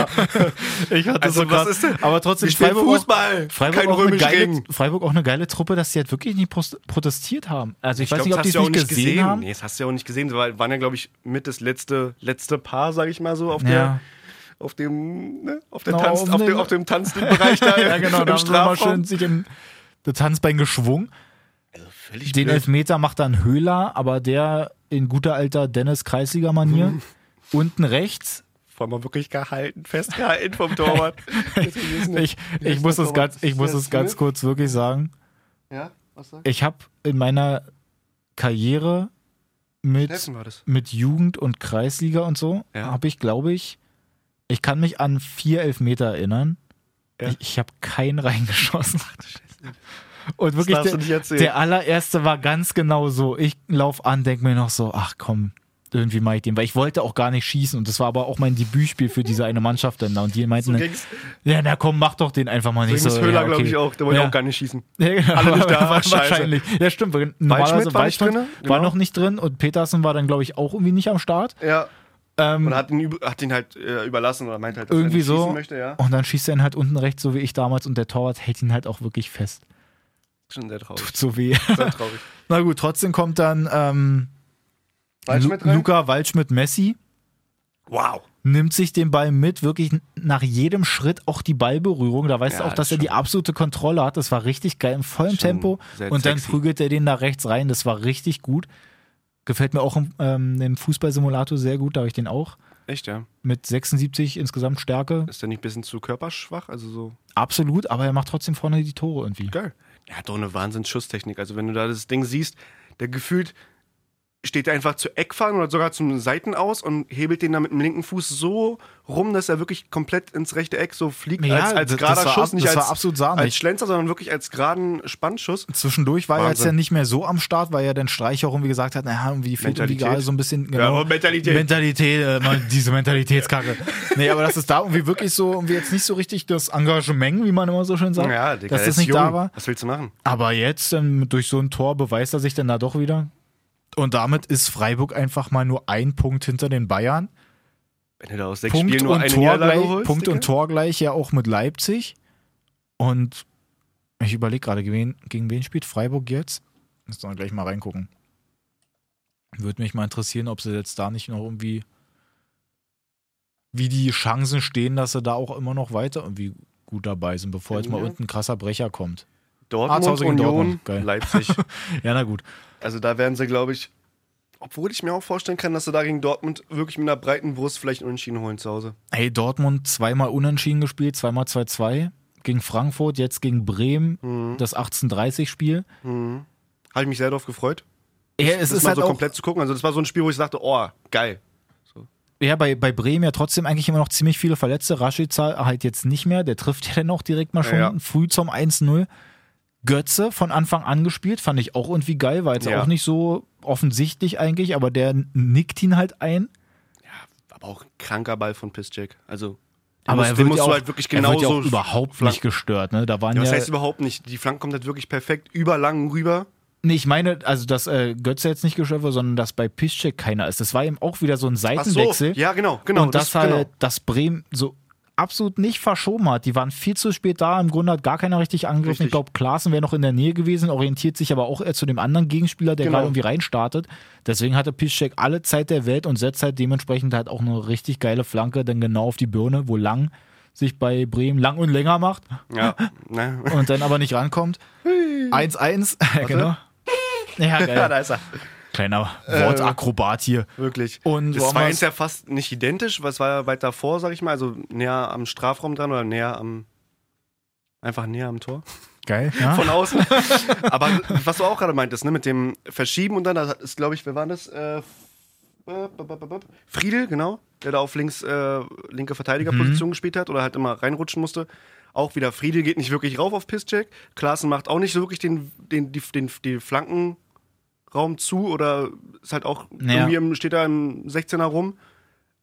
Speaker 2: Ich hatte
Speaker 3: Also,
Speaker 2: so
Speaker 3: was
Speaker 2: krass.
Speaker 3: ist denn?
Speaker 2: Aber trotzdem
Speaker 3: Wir spielen
Speaker 2: Freiburg auch-
Speaker 3: Fußball.
Speaker 2: Freiburg,
Speaker 3: kein
Speaker 2: auch eine
Speaker 3: römisch
Speaker 2: geile,
Speaker 3: Ring.
Speaker 2: Freiburg auch eine geile Truppe, dass die halt wirklich nicht prost- protestiert haben. Also ich, weiß
Speaker 3: glaub,
Speaker 2: nicht, ob
Speaker 3: das
Speaker 2: die
Speaker 3: hast
Speaker 2: es
Speaker 3: du ja
Speaker 2: nicht gesehen, haben.
Speaker 3: Nee, das hast du ja auch nicht gesehen. weil waren ja, glaube ich, mit das letzte, letzte Paar, sage ich mal so, auf
Speaker 2: Ja.
Speaker 3: der auf dem, ne? auf, der
Speaker 2: Na,
Speaker 3: Tanz,
Speaker 2: auf
Speaker 3: auf, dem,
Speaker 2: dem-
Speaker 3: auf dem Tanzbereich
Speaker 2: <laughs>
Speaker 3: da
Speaker 2: ja, genau,
Speaker 3: im
Speaker 2: da haben sie nochmal
Speaker 3: Strafraum.
Speaker 2: schön sich im das Tanzbein geschwungen.
Speaker 3: Also völlig
Speaker 2: Den
Speaker 3: blöd.
Speaker 2: Elfmeter macht dann Höhler, aber der in guter alter Dennis Kreisliga-Manier.
Speaker 3: Hm.
Speaker 2: Unten rechts.
Speaker 3: Vor allem wirklich gehalten, festgehalten vom Torwart. Deswegen ist
Speaker 2: <laughs> Ich,
Speaker 3: nicht-
Speaker 2: ich muss es ganz, ich muss es ganz kurz wirklich sagen.
Speaker 3: ne? Ja, was sagst
Speaker 2: Ich habe in meiner Karriere
Speaker 3: du?
Speaker 2: mit
Speaker 3: Steffen war das.
Speaker 2: mit Jugend und Kreisliga und so,
Speaker 3: Ja.
Speaker 2: habe ich, glaube ich, ich kann mich an vier Elfmeter erinnern.
Speaker 3: Ja.
Speaker 2: Ich, ich habe keinen <laughs> reingeschossen. Und wirklich,
Speaker 3: darfst
Speaker 2: der,
Speaker 3: du nicht erzählen.
Speaker 2: der allererste war ganz genau so. Ich lauf an, denk mir noch so, ach komm, irgendwie mach ich den. Weil ich wollte auch gar nicht schießen. Und das war aber auch mein Debütspiel für diese eine Mannschaft dann da. Und die
Speaker 3: So
Speaker 2: meinten, dann,
Speaker 3: ging's,
Speaker 2: ja, na komm, mach doch den einfach mal nicht
Speaker 3: so,
Speaker 2: so.
Speaker 3: Höhler,
Speaker 2: ja, okay.
Speaker 3: glaube ich, auch. Der wollte
Speaker 2: Ja.
Speaker 3: auch gar nicht schießen.
Speaker 2: <laughs> Ja, genau.
Speaker 3: Alle nicht da,
Speaker 2: War- <laughs>
Speaker 3: scheiße.
Speaker 2: wahrscheinlich. Ja, stimmt. weil Normalerweise
Speaker 3: war nicht
Speaker 2: Waldschmidt
Speaker 3: drinne,
Speaker 2: war
Speaker 3: genau.
Speaker 2: noch nicht drin und Petersen war dann, glaube ich, auch irgendwie nicht am Start.
Speaker 3: Ja.
Speaker 2: Ähm,
Speaker 3: Oder hat ihn, üb- hat ihn halt äh, überlassen oder meint halt, dass
Speaker 2: irgendwie
Speaker 3: er nicht schießen
Speaker 2: so.
Speaker 3: möchte, ja.
Speaker 2: Und dann schießt er ihn halt unten rechts, so wie ich damals, und der Torwart hält ihn halt auch wirklich fest.
Speaker 3: Schon sehr traurig.
Speaker 2: Tut so weh.
Speaker 3: Sehr traurig.
Speaker 2: <laughs> Na gut, trotzdem kommt dann ähm,
Speaker 3: Waldschmidt
Speaker 2: Lu
Speaker 3: rein?
Speaker 2: Luca Waldschmidt Messi,
Speaker 3: Wow.
Speaker 2: nimmt sich den Ball mit, wirklich nach jedem Schritt auch die Ballberührung. Da weißt
Speaker 3: Ja,
Speaker 2: du auch, dass er
Speaker 3: das
Speaker 2: die absolute Kontrolle hat. Das war richtig geil im vollen
Speaker 3: Schon
Speaker 2: Tempo.
Speaker 3: sehr
Speaker 2: Und dann
Speaker 3: sexy.
Speaker 2: prügelt er den da rechts rein. Das war richtig gut. Gefällt mir auch im, ähm, im Fußballsimulator sehr gut, da habe ich den auch.
Speaker 3: Echt, ja.
Speaker 2: Mit 76 insgesamt Stärke.
Speaker 3: Ist der nicht ein bisschen zu körperschwach? Also so.
Speaker 2: Absolut, aber er macht trotzdem vorne die Tore irgendwie.
Speaker 3: Geil. Er hat doch eine Wahnsinns-Schusstechnik. Also, wenn du da das Ding siehst, der gefühlt steht er einfach zu Eckfahren oder sogar zum Seiten aus und hebelt den dann mit dem linken Fuß so rum, dass er wirklich komplett ins rechte Eck so fliegt
Speaker 2: Ja,
Speaker 3: als, als
Speaker 2: das-
Speaker 3: gerader
Speaker 2: das war
Speaker 3: Schuss,
Speaker 2: ab-
Speaker 3: nicht
Speaker 2: das war
Speaker 3: als,
Speaker 2: absolut sahnig.
Speaker 3: als Schlenzer, sondern wirklich als geraden Spannschuss.
Speaker 2: Zwischendurch war er jetzt
Speaker 3: Wahnsinn.
Speaker 2: ja nicht mehr so am Start, weil ja dann Streicher irgendwie gesagt hat, naja, irgendwie die fehlt irgendwie
Speaker 3: Mentalität.
Speaker 2: gerade so ein bisschen. genau.
Speaker 3: Ja, aber Mentalität.
Speaker 2: Mentalität, äh,
Speaker 3: <laughs>
Speaker 2: man, diese Mentalitätskacke. nee, aber das ist da irgendwie wirklich so, irgendwie jetzt nicht so richtig das Engagement, wie man immer so schön sagt,
Speaker 3: Ja, Digga,
Speaker 2: dass
Speaker 3: der
Speaker 2: das
Speaker 3: ist
Speaker 2: nicht
Speaker 3: jung.
Speaker 2: da war.
Speaker 3: Was willst du machen?
Speaker 2: Aber jetzt ähm, durch so ein Tor beweist er sich dann da doch wieder. Und damit ist Freiburg einfach mal nur ein Punkt hinter den Bayern.
Speaker 3: Wenn du da aus sechs
Speaker 2: Punkt
Speaker 3: Spielen nur
Speaker 2: und,
Speaker 3: eine
Speaker 2: Tor
Speaker 3: Niederlage
Speaker 2: gleich,
Speaker 3: holst.
Speaker 2: Punkt und
Speaker 3: Digga?
Speaker 2: Tor gleich ja auch mit Leipzig. Und ich überlege gerade, gegen wen, gegen wen spielt Freiburg jetzt? Müssen wir gleich mal reingucken. Würde mich mal interessieren, ob sie jetzt da nicht noch irgendwie, wie die Chancen stehen, dass sie da auch immer noch weiter irgendwie gut dabei sind, bevor jetzt mal
Speaker 3: Ja.
Speaker 2: unten ein krasser Brecher kommt. Ah, zu
Speaker 3: Dortmund,
Speaker 2: Hause gegen
Speaker 3: Union,
Speaker 2: Dortmund. Geil.
Speaker 3: Leipzig.
Speaker 2: Ja, na gut.
Speaker 3: Also da werden sie, glaube ich, obwohl ich mir auch vorstellen kann, dass sie da gegen Dortmund wirklich mit einer breiten Brust vielleicht einen Unentschieden holen zu Hause.
Speaker 2: Hey, Dortmund zweimal unentschieden gespielt, zweimal 2-2 gegen Frankfurt, jetzt gegen Bremen,
Speaker 3: Mhm.
Speaker 2: das 18:30-Spiel.
Speaker 3: Habe ich mich sehr darauf gefreut,
Speaker 2: Ja, es
Speaker 3: das
Speaker 2: ist
Speaker 3: mal
Speaker 2: halt
Speaker 3: so
Speaker 2: auch,
Speaker 3: komplett zu gucken. Also das war so ein Spiel, wo ich dachte, oh, geil.
Speaker 2: ja, bei, bei Bremen ja trotzdem eigentlich immer noch ziemlich viele Verletzte. Rashica halt jetzt nicht mehr. Der trifft ja dann auch direkt mal schon
Speaker 3: Ja, ja.
Speaker 2: früh zum 1-0. Götze von Anfang an gespielt, fand ich auch irgendwie geil, war jetzt
Speaker 3: Ja.
Speaker 2: auch nicht so offensichtlich eigentlich, aber der nickt ihn halt ein.
Speaker 3: Aber auch ein kranker Ball von Piszczek. Also den
Speaker 2: Aber
Speaker 3: musst,
Speaker 2: er
Speaker 3: den
Speaker 2: wird,
Speaker 3: musst
Speaker 2: ja auch,
Speaker 3: du halt wirklich
Speaker 2: er wird ja
Speaker 3: genauso
Speaker 2: auch überhaupt
Speaker 3: flank-
Speaker 2: nicht gestört. Ne? Da waren
Speaker 3: Ja,
Speaker 2: ja,
Speaker 3: was heißt überhaupt nicht? Die Flanke kommt halt wirklich perfekt überlang rüber.
Speaker 2: nee, ich meine, also dass äh, Götze jetzt nicht gestört wird, sondern dass bei Piszczek keiner ist. Das war eben auch wieder so ein
Speaker 3: Ach so,
Speaker 2: Seitenwechsel.
Speaker 3: ja genau, genau.
Speaker 2: und das, halt,
Speaker 3: genau.
Speaker 2: dass Bremen so absolut nicht verschoben hat. Die waren viel zu spät da. Im Grunde hat gar keiner richtig angegriffen. Ich
Speaker 3: Richtig.
Speaker 2: glaube, Klaassen wäre noch in der Nähe gewesen, orientiert sich aber auch eher zu dem anderen Gegenspieler, der
Speaker 3: Genau.
Speaker 2: gerade irgendwie reinstartet. Deswegen hatte Piszczek alle Zeit der Welt und setzt halt dementsprechend halt auch eine richtig geile Flanke dann genau auf die Birne, wo Lang sich bei Bremen lang und länger macht <laughs>
Speaker 3: Ja, ne.
Speaker 2: und dann aber nicht rankommt. <laughs> 1-1. genau. Ja,
Speaker 3: <laughs> ja,
Speaker 2: geil.
Speaker 3: da ist er.
Speaker 2: Kleiner Wortakrobat hier.
Speaker 3: Wirklich.
Speaker 2: Und wo
Speaker 3: das
Speaker 2: haben
Speaker 3: war
Speaker 2: wir's?
Speaker 3: jetzt ja fast nicht identisch, was war ja weit davor, sag ich mal, also näher am Strafraum dran oder näher am einfach näher am Tor
Speaker 2: Geil. Ja? <laughs>
Speaker 3: von außen. Aber was du auch gerade meintest, ne, mit dem Verschieben und dann da ist glaube ich, wer war das? Äh, äh, b- b- b- b- Friedel, genau, der da auf links äh, linke
Speaker 2: Mhm.
Speaker 3: Verteidigerposition gespielt hat oder halt immer reinrutschen musste. Auch wieder Friedel geht nicht wirklich rauf auf Pisscheck. Klaassen macht auch nicht so wirklich den, den, die, den, die Flanken Raum zu oder ist halt auch
Speaker 2: Ja.
Speaker 3: irgendwie im, steht da im 16er rum.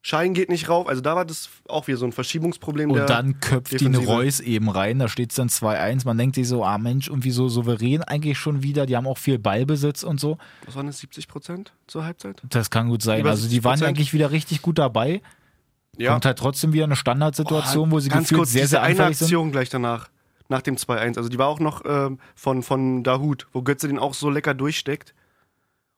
Speaker 3: Schein geht nicht rauf. Also da war das auch wieder so ein Verschiebungsproblem.
Speaker 2: Und
Speaker 3: der
Speaker 2: dann köpft ihn
Speaker 3: Defensive.
Speaker 2: Reus eben rein, da steht es dann 2-1. Man denkt sich so, ah Mensch, irgendwie so souverän eigentlich schon wieder. Die haben auch viel Ballbesitz und so.
Speaker 3: Was waren das, 70 Prozent zur Halbzeit?
Speaker 2: Das kann gut sein.
Speaker 3: Über
Speaker 2: Also die waren
Speaker 3: 70%.
Speaker 2: eigentlich wieder richtig gut dabei.
Speaker 3: Ja. Oh,
Speaker 2: Kommt halt trotzdem wieder eine Standardsituation, wo sie
Speaker 3: ganz
Speaker 2: gefühlt
Speaker 3: kurz,
Speaker 2: sehr,
Speaker 3: diese
Speaker 2: sehr
Speaker 3: eine
Speaker 2: anfällig sind.
Speaker 3: Aktion gleich danach, nach dem 2-1. Also die war auch noch ähm, von, von Dahut, wo Götze den auch so lecker durchsteckt.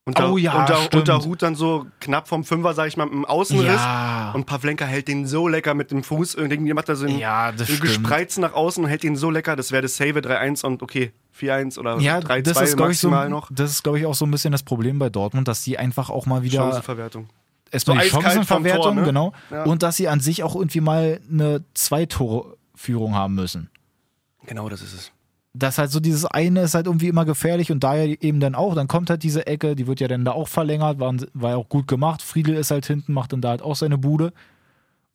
Speaker 3: Und,
Speaker 2: Oh ja,
Speaker 3: und, da,
Speaker 2: stimmt.
Speaker 3: und Dahut dann so knapp vom Fünfer, sag ich mal, mit dem Außenriss.
Speaker 2: Ja.
Speaker 3: Und Pavlenka hält den so lecker mit dem Fuß. Irgendwie macht er so einen,
Speaker 2: Ja, das
Speaker 3: einen
Speaker 2: stimmt.
Speaker 3: Gespreiz nach außen und hält den so lecker. Das wäre das Save 3-1 und okay, 4-1 oder
Speaker 2: Ja,
Speaker 3: 3-2
Speaker 2: das ist, glaube ich, so,
Speaker 3: maximal noch.
Speaker 2: das ist, glaube ich, auch so ein bisschen das Problem bei Dortmund, dass die einfach auch mal wieder
Speaker 3: Chancenverwertung.
Speaker 2: erstmal
Speaker 3: So
Speaker 2: die
Speaker 3: eiskalt vom
Speaker 2: Chancenverwertung,
Speaker 3: Tor, ne?
Speaker 2: genau.
Speaker 3: Ja.
Speaker 2: Und dass sie an sich auch irgendwie mal eine Zwei-Tore-Führung haben müssen.
Speaker 3: Genau, das ist es.
Speaker 2: das halt so dieses eine ist halt irgendwie immer gefährlich und daher eben dann auch, dann kommt halt diese Ecke, die wird ja dann da auch verlängert, war, war ja auch gut gemacht. Friedel ist halt hinten, macht dann da halt auch seine Bude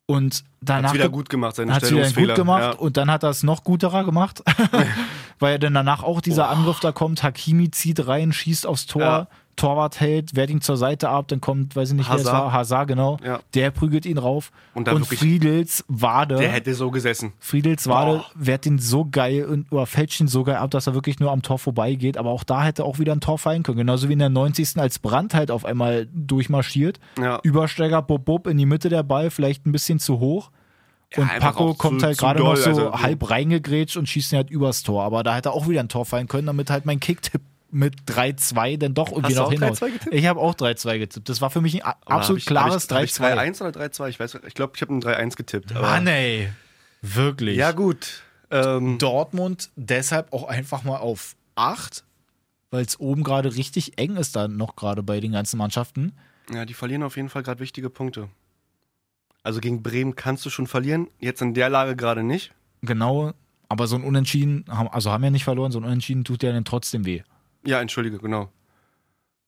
Speaker 2: und danach
Speaker 3: Hat's wieder gut gemacht, seine
Speaker 2: hat's wieder dann
Speaker 3: Stellungsfehler.
Speaker 2: gut gemacht
Speaker 3: Ja.
Speaker 2: und dann hat er es noch guterer gemacht, <laughs> weil ja dann danach auch dieser Angriff da kommt, Hakimi zieht rein, schießt aufs Tor,
Speaker 3: Ja.
Speaker 2: Torwart hält, wehrt ihn zur Seite ab, dann kommt, weiß ich nicht, wer es
Speaker 3: Hazard.
Speaker 2: war, Hazard, genau.
Speaker 3: Ja.
Speaker 2: Der prügelt ihn rauf.
Speaker 3: Und
Speaker 2: Und,
Speaker 3: dann wirklich-
Speaker 2: Friedels Wade.
Speaker 3: Der hätte so gesessen.
Speaker 2: Friedels Wade
Speaker 3: Boah.
Speaker 2: wehrt ihn so geil und oder fälscht ihn so geil ab, dass er wirklich nur am Tor vorbeigeht. Aber auch da hätte auch wieder ein Tor fallen können. Genauso wie in der 90. als Brand halt auf einmal durchmarschiert.
Speaker 3: Ja.
Speaker 2: Übersteiger, bob, bob, in die Mitte der Ball, vielleicht ein bisschen zu hoch. Und
Speaker 3: einfach
Speaker 2: Paco
Speaker 3: auch
Speaker 2: kommt
Speaker 3: zu-
Speaker 2: halt
Speaker 3: zu
Speaker 2: gerade noch
Speaker 3: doll,
Speaker 2: so
Speaker 3: also-
Speaker 2: halb reingegrätscht und schießt ihn halt übers Tor. Aber da hätte auch wieder ein Tor fallen können, damit halt mein Kicktipp mit 3-2 dann doch irgendwie
Speaker 3: Hast du
Speaker 2: noch
Speaker 3: auch
Speaker 2: hinaus.
Speaker 3: 3-2 getippt?
Speaker 2: Ich habe auch 3-2 getippt. Das war für mich ein a-
Speaker 3: Oder
Speaker 2: absolut
Speaker 3: hab ich-
Speaker 2: klares
Speaker 3: hab ich- hab
Speaker 2: 3-2.
Speaker 3: ich 3-1 oder 3-2? Ich weiß, ich glaube, ich habe ein 3-1 getippt. Aber
Speaker 2: Mann, ey. Wirklich.
Speaker 3: ja, gut. Ähm,
Speaker 2: Dortmund deshalb auch einfach mal auf 8, weil es oben gerade richtig eng ist, dann noch gerade bei den ganzen Mannschaften.
Speaker 3: ja, die verlieren auf jeden Fall gerade wichtige Punkte. Also gegen Bremen kannst du schon verlieren. Jetzt in der Lage gerade nicht.
Speaker 2: Genau, aber so ein Unentschieden, haben- also haben ja nicht verloren, so ein Unentschieden tut denen trotzdem weh.
Speaker 3: Ja, entschuldige, genau.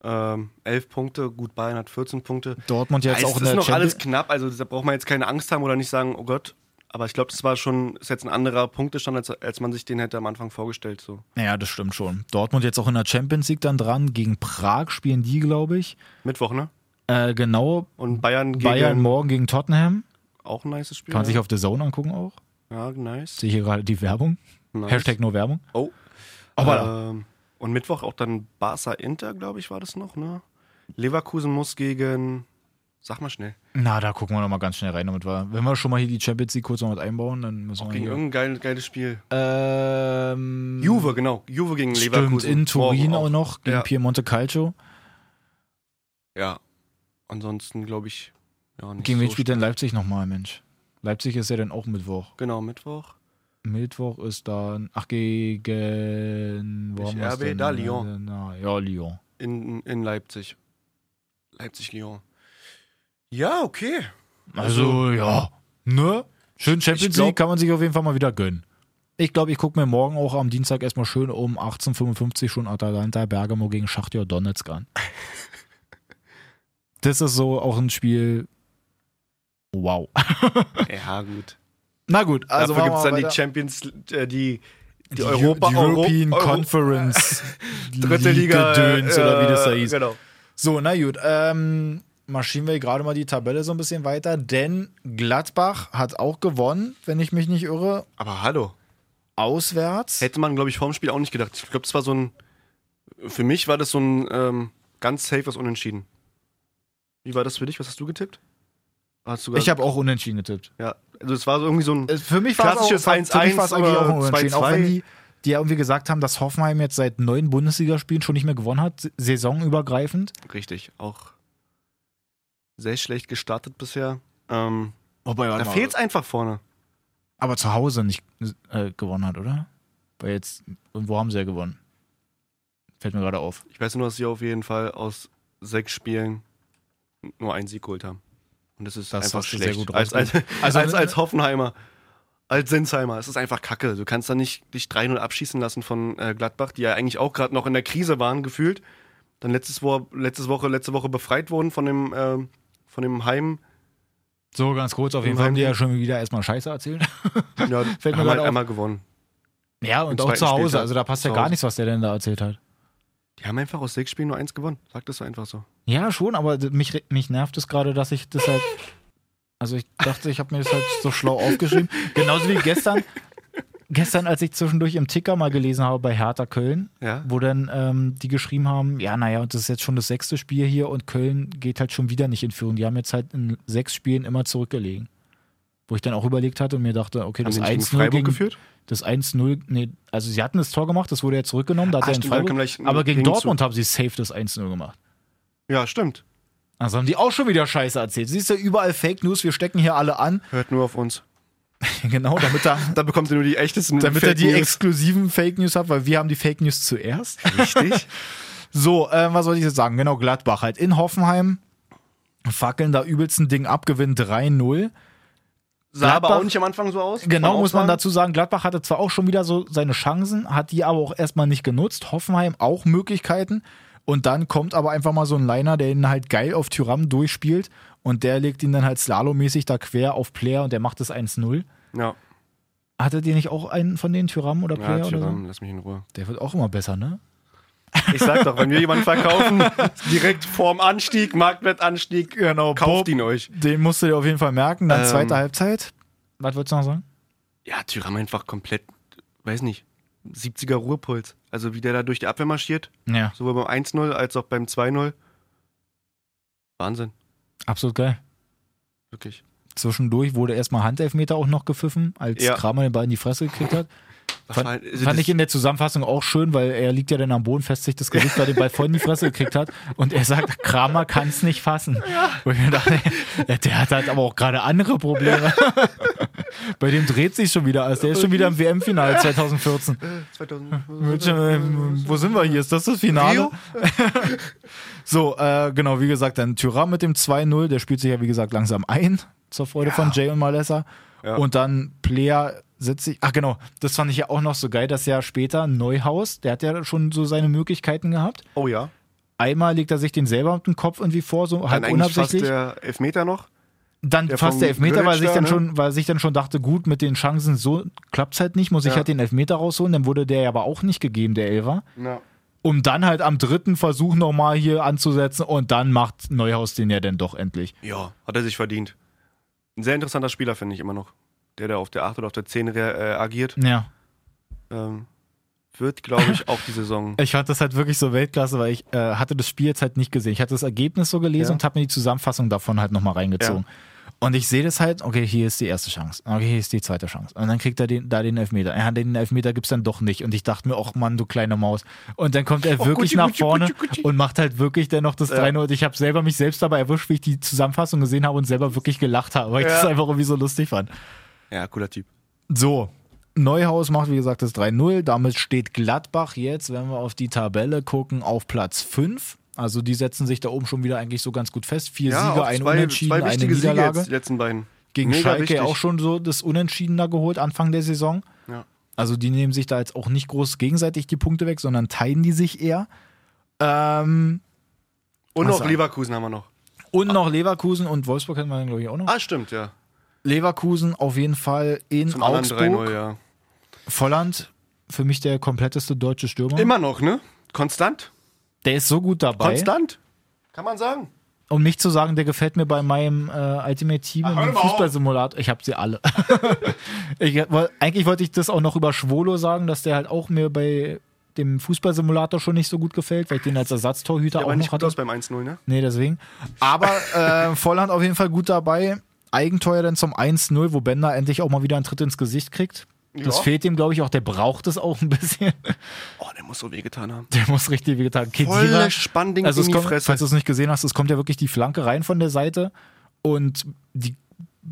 Speaker 3: Ähm, 11 Punkte, gut, Bayern hat 14 Punkte.
Speaker 2: Dortmund jetzt
Speaker 3: Ja,
Speaker 2: auch
Speaker 3: es
Speaker 2: in
Speaker 3: ist
Speaker 2: der
Speaker 3: noch alles
Speaker 2: Champions
Speaker 3: knapp, also da braucht man jetzt keine Angst haben oder nicht sagen, oh Gott. Aber ich glaube, das war schon, ist jetzt ein anderer Punktestand, als, als man sich den hätte am Anfang vorgestellt. So.
Speaker 2: Naja, das stimmt schon. Dortmund jetzt auch in der Champions League dann dran, gegen Prag spielen die, glaube ich.
Speaker 3: Mittwoch, ne?
Speaker 2: Äh, genau,
Speaker 3: Und Bayern gegen
Speaker 2: Bayern morgen gegen Tottenham.
Speaker 3: auch ein nices Spiel.
Speaker 2: Kann man
Speaker 3: ja.
Speaker 2: sich auf The Zone angucken auch.
Speaker 3: ja, nice.
Speaker 2: Sehe ich hier gerade die Werbung.
Speaker 3: nice.
Speaker 2: Hashtag nur Werbung.
Speaker 3: Oh.
Speaker 2: Aber
Speaker 3: ähm, und Mittwoch auch dann Barca Inter, glaube ich, war das noch, ne? Leverkusen muss gegen. Sag mal schnell.
Speaker 2: Na, da gucken wir noch mal ganz schnell rein, damit wir, wenn wir schon mal hier die Champions League kurz noch mit einbauen, dann müssen wir
Speaker 3: Gegen
Speaker 2: hier,
Speaker 3: irgendein geil, geiles Spiel.
Speaker 2: ähm,
Speaker 3: Juve, genau. Juve gegen
Speaker 2: stimmt
Speaker 3: Leverkusen.
Speaker 2: in Turin
Speaker 3: Morgen
Speaker 2: auch noch gegen
Speaker 3: Ja.
Speaker 2: Piemonte Calcio.
Speaker 3: Ja. Ansonsten, glaube ich, ja, nicht
Speaker 2: Gegen
Speaker 3: so
Speaker 2: wen spielt denn Leipzig nochmal, Mensch? Leipzig ist ja dann auch Mittwoch.
Speaker 3: stark. Genau, Mittwoch.
Speaker 2: Mittwoch ist dann ach gegen wo
Speaker 3: Nicht
Speaker 2: haben wir's
Speaker 3: RB,
Speaker 2: denn?
Speaker 3: da Lyon.
Speaker 2: Na, ja, Lyon.
Speaker 3: in, in Leipzig. Leipzig-Lyon. Ja, okay.
Speaker 2: Also, ja, ne? Schön Champions
Speaker 3: glaub-
Speaker 2: League kann man sich auf jeden Fall mal wieder gönnen. Ich glaube, ich gucke mir morgen auch am Dienstag erstmal schön um 18.55 Uhr schon Atalanta Bergamo gegen Schachtyor Donetsk <laughs> an. Das ist so auch ein Spiel. Wow.
Speaker 3: <laughs> Ja, gut.
Speaker 2: Na gut, also
Speaker 3: Dafür
Speaker 2: machen
Speaker 3: gibt es
Speaker 2: wir
Speaker 3: dann die
Speaker 2: weiter.
Speaker 3: Champions, äh, die, die,
Speaker 2: Die
Speaker 3: Europa,
Speaker 2: Eu- die European
Speaker 3: Euro,
Speaker 2: <laughs>
Speaker 3: Euro,
Speaker 2: Conference.
Speaker 3: Dritte Liga.
Speaker 2: Gedöns oder wie das da
Speaker 3: äh,
Speaker 2: hieß.
Speaker 3: Genau.
Speaker 2: So, na gut. Ähm, marschieren wir gerade mal die Tabelle so ein bisschen weiter, denn Gladbach hat auch gewonnen, wenn ich mich nicht irre,
Speaker 3: Aber hallo.
Speaker 2: auswärts.
Speaker 3: Hätte man, glaube ich, vorm Spiel auch nicht gedacht. Ich glaube, es war so ein. Für mich war das so ein ähm, ganz safes Unentschieden. Wie war das für dich? Was hast du getippt? Hast du gar-
Speaker 2: Ich habe auch unentschieden getippt.
Speaker 3: Ja, also es war so irgendwie so ein.
Speaker 2: Es- Äh, Für mich war es auch,
Speaker 3: Klassisches
Speaker 2: für mich war's
Speaker 3: 1-1
Speaker 2: eigentlich auch ein
Speaker 3: oder
Speaker 2: unentschieden. Auch
Speaker 3: 2-2.
Speaker 2: wenn die, die ja irgendwie gesagt haben, dass Hoffenheim jetzt seit neun Bundesligaspielen schon nicht mehr gewonnen hat, s- saisonübergreifend.
Speaker 3: Richtig, auch sehr schlecht gestartet bisher. Ähm,
Speaker 2: Wobei,
Speaker 3: da fehlt es einfach vorne.
Speaker 2: aber zu Hause nicht äh, gewonnen hat, oder? Weil jetzt, und wo haben sie ja gewonnen? Fällt mir gerade auf.
Speaker 3: Ich weiß nur, dass sie auf jeden Fall aus sechs Spielen nur einen Sieg geholt haben. Und das ist
Speaker 2: Das
Speaker 3: einfach
Speaker 2: hast du
Speaker 3: schlecht.
Speaker 2: sehr gut
Speaker 3: als, als,
Speaker 2: Also-
Speaker 3: also <laughs> als, als Hoffenheimer, als Sinsheimer. Es ist einfach kacke. Du kannst da nicht dich 3-0 abschießen lassen von äh, Gladbach, die ja eigentlich auch gerade noch in der Krise waren, gefühlt. Dann letztes, Wo letztes Woche, letzte Woche befreit wurden von dem, ähm, von dem
Speaker 2: <laughs>
Speaker 3: Heim.
Speaker 2: So, ganz kurz, auf jeden
Speaker 3: Im
Speaker 2: Fall haben die
Speaker 3: Heimspiel.
Speaker 2: ja schon wieder erstmal Scheiße erzählt.
Speaker 3: Ja,
Speaker 2: Fällt mir
Speaker 3: haben
Speaker 2: gerade
Speaker 3: halt
Speaker 2: auf.
Speaker 3: einmal gewonnen.
Speaker 2: Ja, und
Speaker 3: <laughs> Im
Speaker 2: auch zu
Speaker 3: zweiten
Speaker 2: Hause.
Speaker 3: Spieltag.
Speaker 2: Also da passt ja
Speaker 3: Zu
Speaker 2: gar
Speaker 3: Hause.
Speaker 2: nichts, was der denn da erzählt hat.
Speaker 3: Die haben einfach aus sechs Spielen nur eins gewonnen. Sag das so einfach so.
Speaker 2: Ja, schon, aber d- mich, re- mich nervt es gerade, dass ich
Speaker 3: <laughs>
Speaker 2: das halt. Also ich dachte, ich habe mir das halt so schlau aufgeschrieben. Genauso wie gestern. Gestern, als ich zwischendurch im Ticker mal gelesen habe bei Hertha Köln,
Speaker 3: Ja.
Speaker 2: wo dann ähm, die geschrieben haben, ja, naja, und das ist jetzt schon das sechste Spiel hier und Köln geht halt schon wieder nicht in Führung. Die haben jetzt halt in sechs Spielen immer zurückgelegen. Wo ich dann auch überlegt hatte und mir dachte, okay, das
Speaker 3: Haben die nicht gegen
Speaker 2: 1-0
Speaker 3: Freiburg
Speaker 2: gegen,
Speaker 3: geführt?
Speaker 2: das 1-0, nee, also sie hatten das Tor gemacht, das wurde ja zurückgenommen, da hat
Speaker 3: Ah,
Speaker 2: er in
Speaker 3: stimmt, dann
Speaker 2: Freiburg,
Speaker 3: kam gleich ein
Speaker 2: aber gegen
Speaker 3: Gegenzug.
Speaker 2: Dortmund haben sie safe das 1-0 gemacht.
Speaker 3: Ja, stimmt.
Speaker 2: Also haben die auch schon wieder Scheiße erzählt. Siehst du, überall Fake News, wir stecken hier alle an.
Speaker 3: Hört nur auf uns.
Speaker 2: <laughs> Genau, damit <laughs> er,
Speaker 3: Da bekommt ihr nur die echtesten
Speaker 2: damit er
Speaker 3: Fake
Speaker 2: die
Speaker 3: News.
Speaker 2: exklusiven Fake News hat, weil wir haben die Fake News zuerst.
Speaker 3: Richtig.
Speaker 2: So, äh, was wollte ich jetzt sagen? Genau, Gladbach halt in Hoffenheim. Fackeln da übelst ein Ding ab, gewinnen 3-0.
Speaker 3: <laughs> Sah aber
Speaker 2: Gladbach-
Speaker 3: auch nicht am Anfang so aus.
Speaker 2: Genau,
Speaker 3: auch
Speaker 2: muss man
Speaker 3: sagen.
Speaker 2: dazu sagen, Gladbach hatte zwar auch schon wieder so seine Chancen, hat die aber auch erstmal nicht genutzt. Hoffenheim auch Möglichkeiten. Und dann kommt aber einfach mal so ein Liner, der ihn halt geil auf Tyram durchspielt. Und der legt ihn dann halt slalommäßig da quer auf Player und der macht das 1-0.
Speaker 3: Ja,
Speaker 2: Hattet ihr nicht auch einen von den Tyram oder Player
Speaker 3: ja
Speaker 2: oder so?
Speaker 3: Tyram, lass mich in Ruhe.
Speaker 2: Der wird auch immer besser, ne?
Speaker 3: Ich sag doch, wenn wir jemanden verkaufen, <laughs> direkt vorm Anstieg, Marktwertanstieg,
Speaker 2: Genau,
Speaker 3: kauft
Speaker 2: Pope.
Speaker 3: ihn euch.
Speaker 2: Den musst du dir auf jeden Fall merken. Dann
Speaker 3: Ähm.
Speaker 2: zweite Halbzeit. Was würdest du noch sagen?
Speaker 3: Ja, Tyram einfach komplett, weiß nicht, 70er Ruhepuls. Also wie der da durch die Abwehr marschiert,
Speaker 2: Ja,
Speaker 3: sowohl beim 1-0 als auch beim 2-0. Wahnsinn,
Speaker 2: absolut geil.
Speaker 3: wirklich.
Speaker 2: Zwischendurch wurde erstmal Handelfmeter auch noch gepfiffen, als
Speaker 3: Ja.
Speaker 2: Kramer den Ball in die Fresse gekriegt hat.
Speaker 3: Was
Speaker 2: Fand-
Speaker 3: war- also
Speaker 2: Fand
Speaker 3: das-
Speaker 2: ich in der Zusammenfassung auch schön, weil er liegt ja dann am Boden fest, sich das Gesicht bei dem Ball voll in die Fresse gekriegt hat und er sagt, Kramer kann es nicht fassen. Wo ich mir dachte, ja, der hat halt aber auch gerade andere Probleme. bei dem dreht sich schon wieder alles. Der ist schon wieder im WM-Finale 2014.
Speaker 3: 2000,
Speaker 2: Mädchen, ähm, Wo sind wir hier? Ist das das Finale?
Speaker 3: Rio?
Speaker 2: <laughs> so, äh, genau, wie gesagt, dann Tyram mit dem 2-0, der spielt sich ja, wie gesagt, langsam ein, zur Freude von Jay und Malessa. Und dann Player sitze ich. Ach genau, das fand ich ja auch noch so geil, dass ja später Neuhaus, der hat ja schon so seine Möglichkeiten gehabt.
Speaker 3: oh ja,
Speaker 2: Einmal legt er sich den selber mit dem Kopf irgendwie vor, so
Speaker 3: dann
Speaker 2: halb
Speaker 3: eigentlich fast
Speaker 2: unabsichtlich.
Speaker 3: der Elfmeter noch.
Speaker 2: Dann
Speaker 3: der
Speaker 2: fast
Speaker 3: vom
Speaker 2: der Elfmeter, weil er sich
Speaker 3: Grillitsch
Speaker 2: dann
Speaker 3: da, ne?
Speaker 2: schon, weil er sich dann schon dachte, gut, mit den Chancen so klappt's halt nicht, muss ich
Speaker 3: Ja.
Speaker 2: halt den Elfmeter rausholen, dann wurde der ja aber auch nicht gegeben, der Elfer
Speaker 3: Ja.
Speaker 2: um dann halt am dritten Versuch nochmal hier anzusetzen und dann macht Neuhaus den ja dann doch endlich.
Speaker 3: Ja, hat er sich verdient. Ein sehr interessanter Spieler, finde ich immer noch. Der, der auf der 8 oder auf der 10 re- äh, agiert,
Speaker 2: Ja.
Speaker 3: ähm, wird, glaube ich, auch die Saison.
Speaker 2: Ich fand das halt wirklich so Weltklasse, weil ich äh, hatte das Spiel jetzt halt nicht gesehen. Ich hatte das Ergebnis so gelesen
Speaker 3: Ja.
Speaker 2: und habe mir die Zusammenfassung davon halt nochmal reingezogen. Und ich sehe das halt, okay, hier ist die erste Chance. Okay, hier ist die zweite Chance. Und dann kriegt er den, da den Elfmeter. Ja, den Elfmeter gibt's dann doch nicht. Und ich dachte mir, ach Mann, du kleine Maus. Und dann kommt er wirklich
Speaker 3: Oh, Gucci,
Speaker 2: nach
Speaker 3: Gucci,
Speaker 2: vorne
Speaker 3: Gucci, Gucci.
Speaker 2: und macht halt wirklich dann noch das 3-0. Und Ich habe selber mich selbst dabei erwischt, wie ich die Zusammenfassung gesehen habe und selber wirklich gelacht habe, weil ich
Speaker 3: Ja.
Speaker 2: das einfach irgendwie so lustig fand.
Speaker 3: <laughs> Ja, cooler Typ.
Speaker 2: So, Neuhaus macht wie gesagt das 3-0. Damit steht Gladbach jetzt, wenn wir auf die Tabelle gucken, auf Platz 5. Also die setzen sich da oben schon wieder eigentlich so ganz gut fest. Vier
Speaker 3: Ja,
Speaker 2: Siege,
Speaker 3: auch
Speaker 2: ein
Speaker 3: zwei,
Speaker 2: Unentschieden,
Speaker 3: zwei
Speaker 2: eine
Speaker 3: wichtige Siege
Speaker 2: Niederlage.
Speaker 3: jetzt, die letzten beiden.
Speaker 2: Gegen
Speaker 3: Mega
Speaker 2: Schalke
Speaker 3: wichtig.
Speaker 2: auch schon so das Unentschieden da geholt, Anfang der Saison.
Speaker 3: Ja.
Speaker 2: Also die nehmen sich da jetzt auch nicht groß gegenseitig die Punkte weg, sondern teilen die sich eher. Ähm,
Speaker 3: Und
Speaker 2: Was
Speaker 3: noch
Speaker 2: an-
Speaker 3: Leverkusen haben wir noch.
Speaker 2: und noch Leverkusen und Wolfsburg hatten wir dann, glaube ich, auch noch.
Speaker 3: Ah, stimmt, ja.
Speaker 2: Leverkusen auf jeden Fall in
Speaker 3: Zum anderen
Speaker 2: Augsburg.
Speaker 3: 3-0, ja.
Speaker 2: Volland, für mich der kompletteste deutsche Stürmer.
Speaker 3: Immer noch, ne? Konstant?
Speaker 2: Der ist so gut dabei.
Speaker 3: Konstant? Kann man sagen.
Speaker 2: Um nicht zu sagen, der gefällt mir bei meinem äh, Ultimate Team
Speaker 3: hör
Speaker 2: im
Speaker 3: mal auf.
Speaker 2: Fußballsimulator. Ich habe sie alle. <laughs> ich, äh, woll- eigentlich wollte ich das auch noch über Schwolo sagen, dass der halt auch mir bei dem Fußballsimulator schon nicht so gut gefällt, weil ich den als Ersatztorhüter
Speaker 3: Der
Speaker 2: auch
Speaker 3: war nicht
Speaker 2: noch
Speaker 3: gut
Speaker 2: hatte.
Speaker 3: aus beim 1-0, ne?
Speaker 2: Nee, deswegen. Aber
Speaker 3: <laughs>
Speaker 2: äh, Volland auf jeden Fall gut dabei. Eigentor ja dann zum 1-0, wo Bender endlich auch mal wieder einen Tritt ins Gesicht kriegt. Das
Speaker 3: Ja.
Speaker 2: fehlt ihm, glaube ich, auch. Der braucht es auch ein bisschen.
Speaker 3: Oh, der muss so wehgetan
Speaker 2: <laughs>
Speaker 3: haben.
Speaker 2: Der muss richtig weh getan. Kedira-
Speaker 3: Volle Spannding
Speaker 2: also
Speaker 3: in
Speaker 2: es
Speaker 3: die
Speaker 2: kommt,
Speaker 3: Fresse.
Speaker 2: falls du es nicht gesehen hast, es kommt ja wirklich die Flanke rein von der Seite und die